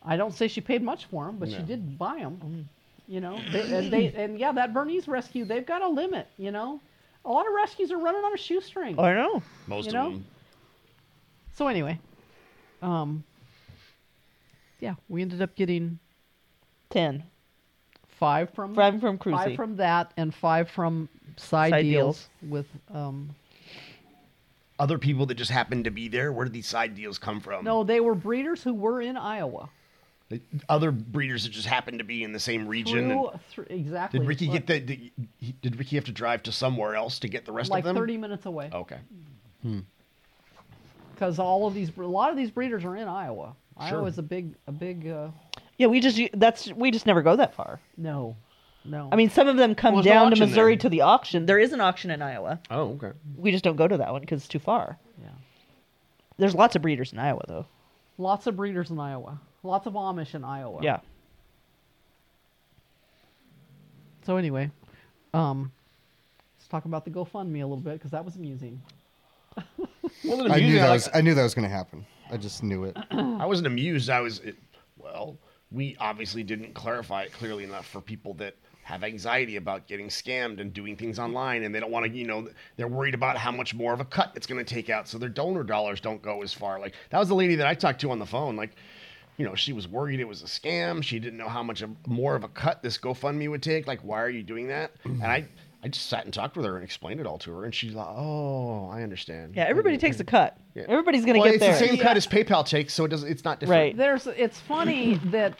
D: I don't say she paid much for them, but she
C: No.
D: did buy them.
B: Mm.
D: You know, they, and they and yeah, that Bernese rescue, they've got a limit. You know, a lot of rescues are running on a shoestring.
B: Oh, I don't know.
C: most
D: You
C: of
D: know?
C: them.
D: So anyway, um, yeah, we ended up getting
B: Ten.
D: five from
B: Five from
D: five
B: Cruzy.
D: from that and five from side,
B: Side
D: deals, with um.
C: Other people that just happened to be there. Where did these side deals come from?
D: No, they were breeders who were in Iowa.
C: The other breeders that just happened to be in the same region. and-
D: Through, through, exactly.
C: did Ricky
D: Look,
C: get the? Did, he- did Ricky have to drive to somewhere else to get the rest
D: like
C: of them?
D: thirty minutes away?
C: Okay.
D: because all of these a lot of these breeders are in Iowa.
C: Sure.
D: Iowa's a big a big uh,
B: Yeah, we just that's we just never go that far.
D: no, no.
B: I mean, some of them come
C: Well, there's no
B: down to
C: auction
B: Missouri
C: there.
B: to the auction. There is an auction in Iowa.
C: Oh, okay.
B: We just don't go to that one because it's too far.
D: yeah.
B: There's lots of breeders in Iowa though.
D: lots of breeders in Iowa. Lots of Amish in Iowa.
B: Yeah.
D: So anyway, um, let's talk about the GoFundMe a little bit because that was amusing.
C: Well,
A: I knew
C: amusing,
A: that
C: like-
A: was I knew that was gonna happen. I just knew
D: [CLEARS THROAT]
A: it.
C: I wasn't amused. I was, it, well, we obviously didn't clarify it clearly enough for people that have anxiety about getting scammed and doing things online, and they don't want to, you know, they're worried about how much more of a cut it's going to take out, so their donor dollars don't go as far. Like that was the lady that I talked to on the phone, like. You know, she was worried it was a scam. She didn't know how much of, more of a cut this GoFundMe would take. Like, why are you doing that? And I, I just sat and talked with her and explained it all to her. And she's like, "Oh, I understand."
B: Yeah. Everybody takes a cut.
C: Yeah.
B: Everybody's gonna
C: well,
B: get
C: it's
B: there.
C: the same cut as PayPal takes, so it doesn't. It's not different.
B: Right.
D: There's
B: [CLEARS THROAT]
D: it's funny that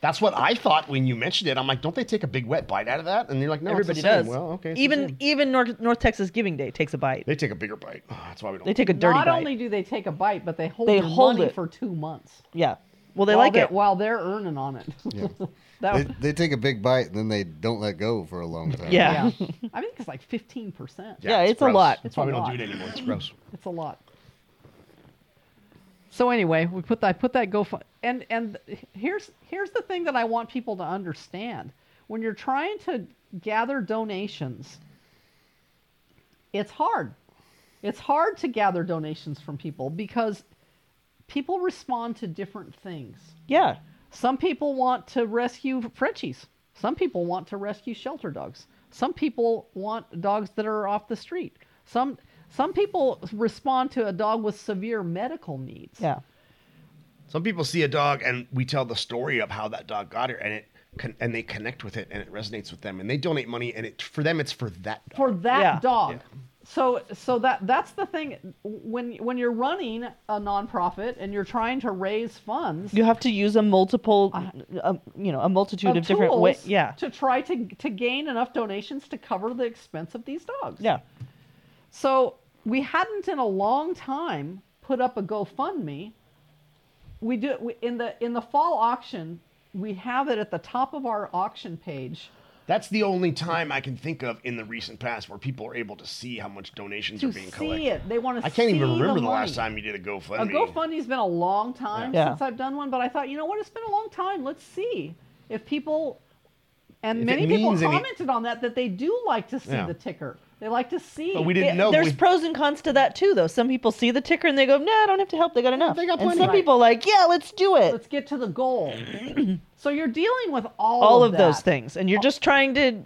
C: That's what I thought when you mentioned it. I'm like, don't they take a big wet bite out of that? And you're like, no, it's the
B: Everybody
C: same.
B: does.
C: Well, okay. it's the
B: Even
C: same.
B: even North, North Texas Giving Day takes a bite.
C: they take a bigger bite. Oh, that's why we don't.
B: They take a dirty
D: not
B: bite.
D: only do they take a bite, but they hold
B: They
D: your
B: hold
D: money
B: it.
D: for two months.
B: Yeah. Well, they
D: while
B: like
D: they're-
B: it.
D: while they're earning on it. [LAUGHS]
A: Yeah.
D: that
A: they,
D: was-
A: they take a big bite and then they don't let go for a long time.
B: Yeah.
D: yeah.
B: [LAUGHS]
D: I think it's like fifteen percent.
B: Yeah, it's a
C: gross.
B: lot.
C: That's
D: It's
C: why
D: a
C: we don't
D: lot.
C: do it anymore.
B: [LAUGHS]
C: It's gross.
D: It's a lot. So anyway, we put that, I put that GoFund and and here's here's the thing that I want people to understand. When you're trying to gather donations, it's hard. It's hard to gather donations from people because people respond to different things.
B: Yeah.
D: Some people want to rescue Frenchies. Some people want to rescue shelter dogs. Some people want dogs that are off the street. Some some people respond to a dog with severe medical needs.
B: Yeah.
C: Some people see a dog and we tell the story of how that dog got here, and it con- and they connect with it, and it resonates with them, and they donate money, and it for them it's for that. Dog.
D: for that
B: Yeah.
D: dog. So so that that's the thing when when you're running a nonprofit and you're trying to raise funds
B: You have to use a multiple, um, you know, a multitude of, different ways.
D: tools
B: Yeah.
D: to try to to gain enough donations to cover the expense of these dogs.
B: Yeah.
D: So we hadn't in a long time put up a GoFundMe. We do we, in the in the fall auction. We have it at the top of our auction page
C: That's the only time I can think of in the recent past where people are able to see how much donations
D: to
C: are being
D: see
C: collected.
D: it. They want to.
C: I can't even
D: see
C: remember the,
D: money.
C: last time you did a
D: A
C: GoFundMe.
D: GoFundMe's been a long time
B: Yeah.
D: since I've done one, but I thought, you know what? It's been a long time. Let's see if people and
C: If it
D: many people
C: means any-
D: commented on that that they do like to see
C: Yeah.
D: the ticker. They like to see.
C: But we didn't
B: Yeah,
C: know.
B: There's
C: we-
B: pros and cons to that too, though. Some people see the ticker and they go, "Nah, I don't have to help. They got enough."
C: They got
B: and
C: plenty.
B: some
D: Right.
B: people are like, "Yeah, let's do it."
D: Let's get to the
C: [CLEARS THROAT]
D: goal. so you're dealing with all,
B: All of those
D: that.
B: things, and you're just trying to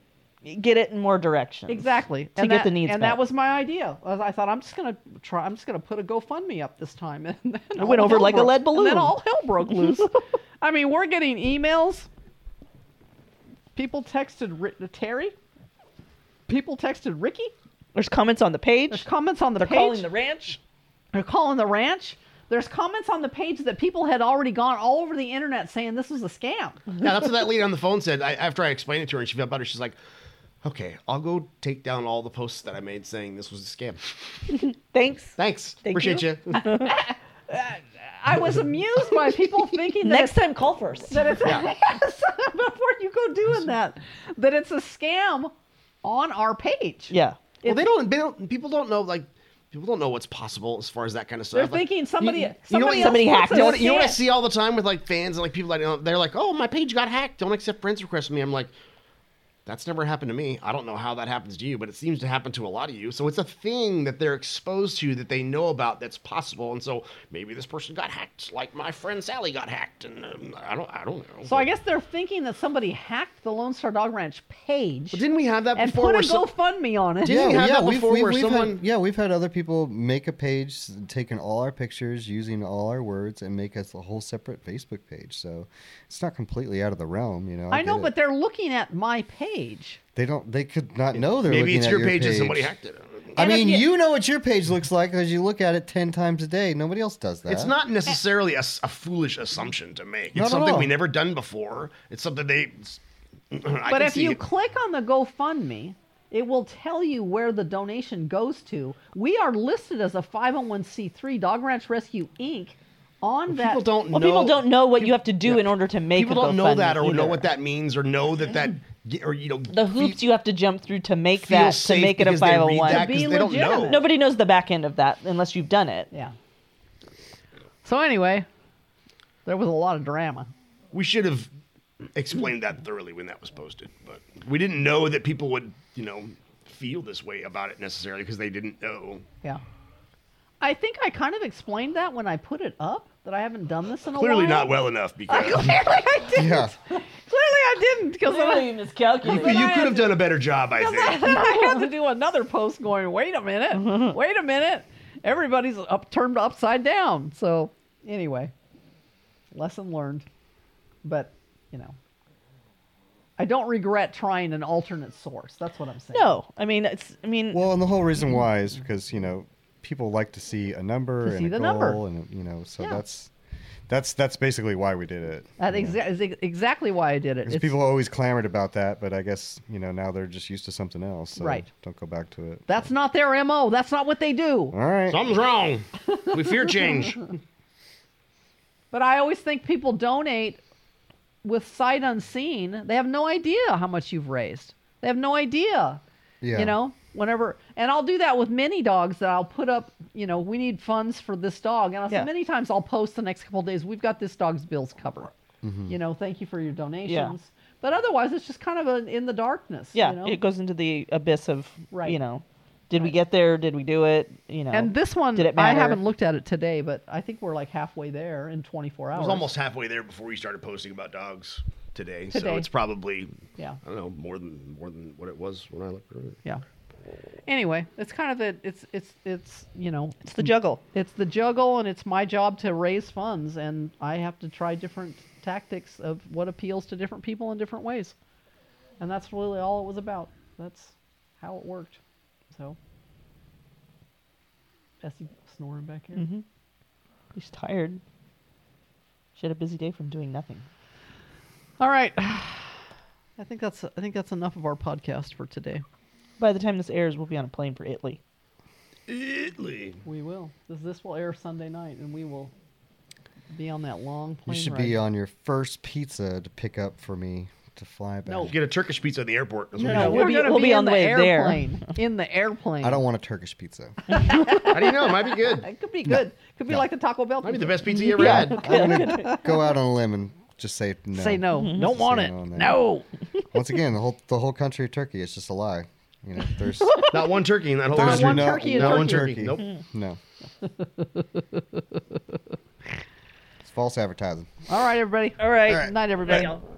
B: get it in more directions.
D: Exactly.
B: To
D: and
B: get
D: that,
B: the needs.
D: And
B: met.
D: that was my idea. I was- I thought I'm just gonna try. I'm just gonna put a GoFundMe up this time. [LAUGHS] And then all
B: went over
D: hell
B: like a
D: broke-
B: lead
D: And
B: balloon. [LAUGHS]
D: then all hell broke loose. I mean, we're getting emails People texted Ri- Terry. People texted Ricky.
B: There's comments on the
D: There's
B: page.
D: comments on the
B: They're
D: page.
B: calling the ranch.
D: They're calling the ranch. There's comments on the page that people had already gone all over the internet saying this was a scam.
C: Yeah, that's what that lady on the phone said. I, after I explained it to her and she felt better, she's like, okay, I'll go take down all the posts that I made saying this was a scam.
B: Thanks.
C: Thanks.
B: Thank
C: Appreciate you.
B: you.
D: I was amused by people thinking that
B: Next time, call first.
D: that it's yes, [LAUGHS] before you go doing that that it's a scam on our page.
B: Yeah.
C: well, they don't, they don't, people don't know, like, people don't know what's possible as far as that kind of stuff.
D: They're
C: Like,
D: thinking somebody
C: you- you know what-
D: somebody, else
B: somebody
D: thinks
B: hacked
C: You
D: it's
B: it.
C: know,
D: a
C: what, you know what I
D: scam.
C: see all the time with like fans and like people that you know, they're like, "Oh, my page got hacked. Don't accept friends requests from me." I'm like, "That's never happened to me. I don't know how that happens to you, but it seems to happen to a lot of you. So it's a thing that they're exposed to that they know about that's possible. And so maybe this person got hacked, like my friend Sally got hacked, and um, I don't, I don't know.
D: So I guess they're thinking that somebody hacked the Lone Star Dog Ranch page
C: But didn't we have that
D: and
C: before?
D: put a
C: where so-
D: GoFundMe on it.
C: Didn't we have that
A: we've-
C: before
A: we've-
C: where
A: we've
C: someone-
A: had, yeah, we've had other people make a page, taking all our pictures, using all our words, and make us a whole separate Facebook page. So it's not completely out of the realm, you know.
D: I know,
A: get it.
D: but they're looking at my page.
A: they don't. They could not know they're
C: maybe
A: looking
C: it's
A: at
C: your
A: your
C: page and somebody hacked it.
A: I
D: And if
A: mean,
D: you-
A: you, know what your page looks like because you look at it ten times a day. Nobody else does that.
C: It's not necessarily a, s- a foolish assumption to make. It's
A: Not at
C: something
A: all.
C: we never done before. It's something they. [CLEARS THROAT] I
D: but
C: can
D: if
C: see
D: you
C: it.
D: click on the GoFundMe, it will tell you where the donation goes to. We are listed as a 501c3 Dog Ranch Rescue Inc. on that.
C: people don't
B: Well,
C: know.
B: people don't know what you have to do in order to make.
C: people
B: a
C: don't know
B: GoFundMe
C: that or know
B: either. Mm-hmm.
C: what that means or know that that ge- or you know
B: The hoops you have to jump through to make
C: feel
B: that to
C: safe
B: make it a
C: because they read
B: five hundred
C: that
B: one.
C: 'cause
D: Be
C: they don't know.
D: legitimate.
B: Nobody knows the back end of that unless you've done it.
D: Yeah. So anyway, there was a lot of drama.
C: We should have explained that thoroughly when that was posted, but we didn't know that people would you know feel this way about it necessarily because they didn't know.
D: Yeah. I think I kind of explained that when I put it up that I haven't done this in a
C: Clearly
D: while.
C: not well enough because
D: [LAUGHS] Clearly I didn't.
A: Yeah.
D: Clearly I didn't because
C: [LAUGHS]
D: I, [LAUGHS]
C: you, you could have done a better job, I think.
D: then I had to do another post going, wait
C: [LAUGHS]
D: a minute, wait a minute. Everybody's up turned upside down. So anyway, lesson learned. But, you know, I don't regret trying an alternate source. That's what I'm saying.
B: No, I mean it's. I mean,
A: Well, and the whole reason why is because you know people like to see a number
D: To
A: and
D: see
A: a
D: the
A: goal,
D: number.
A: and you know, so
D: Yeah.
A: that's that's that's basically why we did it.
D: That
A: you know.
D: exa- is ex- exactly why I did it.
A: 'Cause
D: It's-
A: people always clamored about that, but I guess you know now they're just used to something else. So
D: Right.
A: Don't go back to it.
D: that's not their MO. That's not what they do.
A: All right.
C: Something's wrong. We fear change.
D: But I always think people donate with sight unseen. They have no idea how much you've raised. They have no idea.
A: Yeah.
D: You know, whenever, and I'll do that with many dogs that I'll put up, you know, we need funds for this dog. And I'll
B: Yeah.
D: say many times I'll post the next couple of days, we've got this dog's bills covered.
A: Mm-hmm.
D: You know, thank you for your donations. But otherwise, it's just kind of an in the darkness. you
B: yeah,
D: know?
B: it goes into the abyss of
D: Right.
B: you know, did we get there? Did we do it? You know,
D: And this one,
B: Oh. Did it
D: I
B: matter?
D: haven't looked at it today, but I think we're like halfway there in 24 hours.
C: I was almost halfway there before we started posting about dogs today,
D: Today.
C: so it's probably
D: Yeah.
C: I don't know more than more than what it was when I looked at it.
D: Yeah. Anyway, it's kind of the it's it's it's you know
B: it's the juggle.
D: it's the juggle and it's my job to raise funds and I have to try different tactics of what appeals to different people in different ways, and that's really all it was about. That's how it worked. So. Bessie snoring back
B: Mm-hmm.
D: here.
B: He's tired. She had a busy day from doing nothing.
D: All right. [SIGHS] I think that's I think that's enough of our podcast for today.
B: By the time this airs, we'll be on a plane for Italy.
C: Italy.
D: We will. This, this will air Sunday night, and we will be on that long
A: You
D: plane.
A: should
D: ride.
A: be on your first pizza to pick up for me to fly back.
D: No.
C: Get a Turkish pizza at the airport. That's what
D: No,
C: we
B: we'll
D: we're
B: be-
D: gonna
B: we'll be
D: in
B: on the way there.
D: airplane. [LAUGHS] In the airplane.
A: I don't want a Turkish pizza.
C: do. How do you know? It might be good.
D: It could be good. Could be
A: No.
D: like the Taco Bell.
C: Might be
D: pizza.
C: the best pizza you ever
A: Yeah.
C: had.
D: [LAUGHS]
A: I'm gonna go out on a limb and just say no.
D: Say no. Don't want
A: Say
D: it.
A: no on that.
D: No.
A: [LAUGHS] Once again, the whole the whole country of Turkey is just a lie. You know,
D: [LAUGHS]
A: there's
C: Not one turkey in that whole
A: there's
D: one
A: no,
D: turkey in
A: no one
C: Turkey.
A: turkey.
C: Nope.
A: No. it's false advertising.
D: All right, everybody.
B: All right.
A: All right.
D: Night, everybody.
A: Right.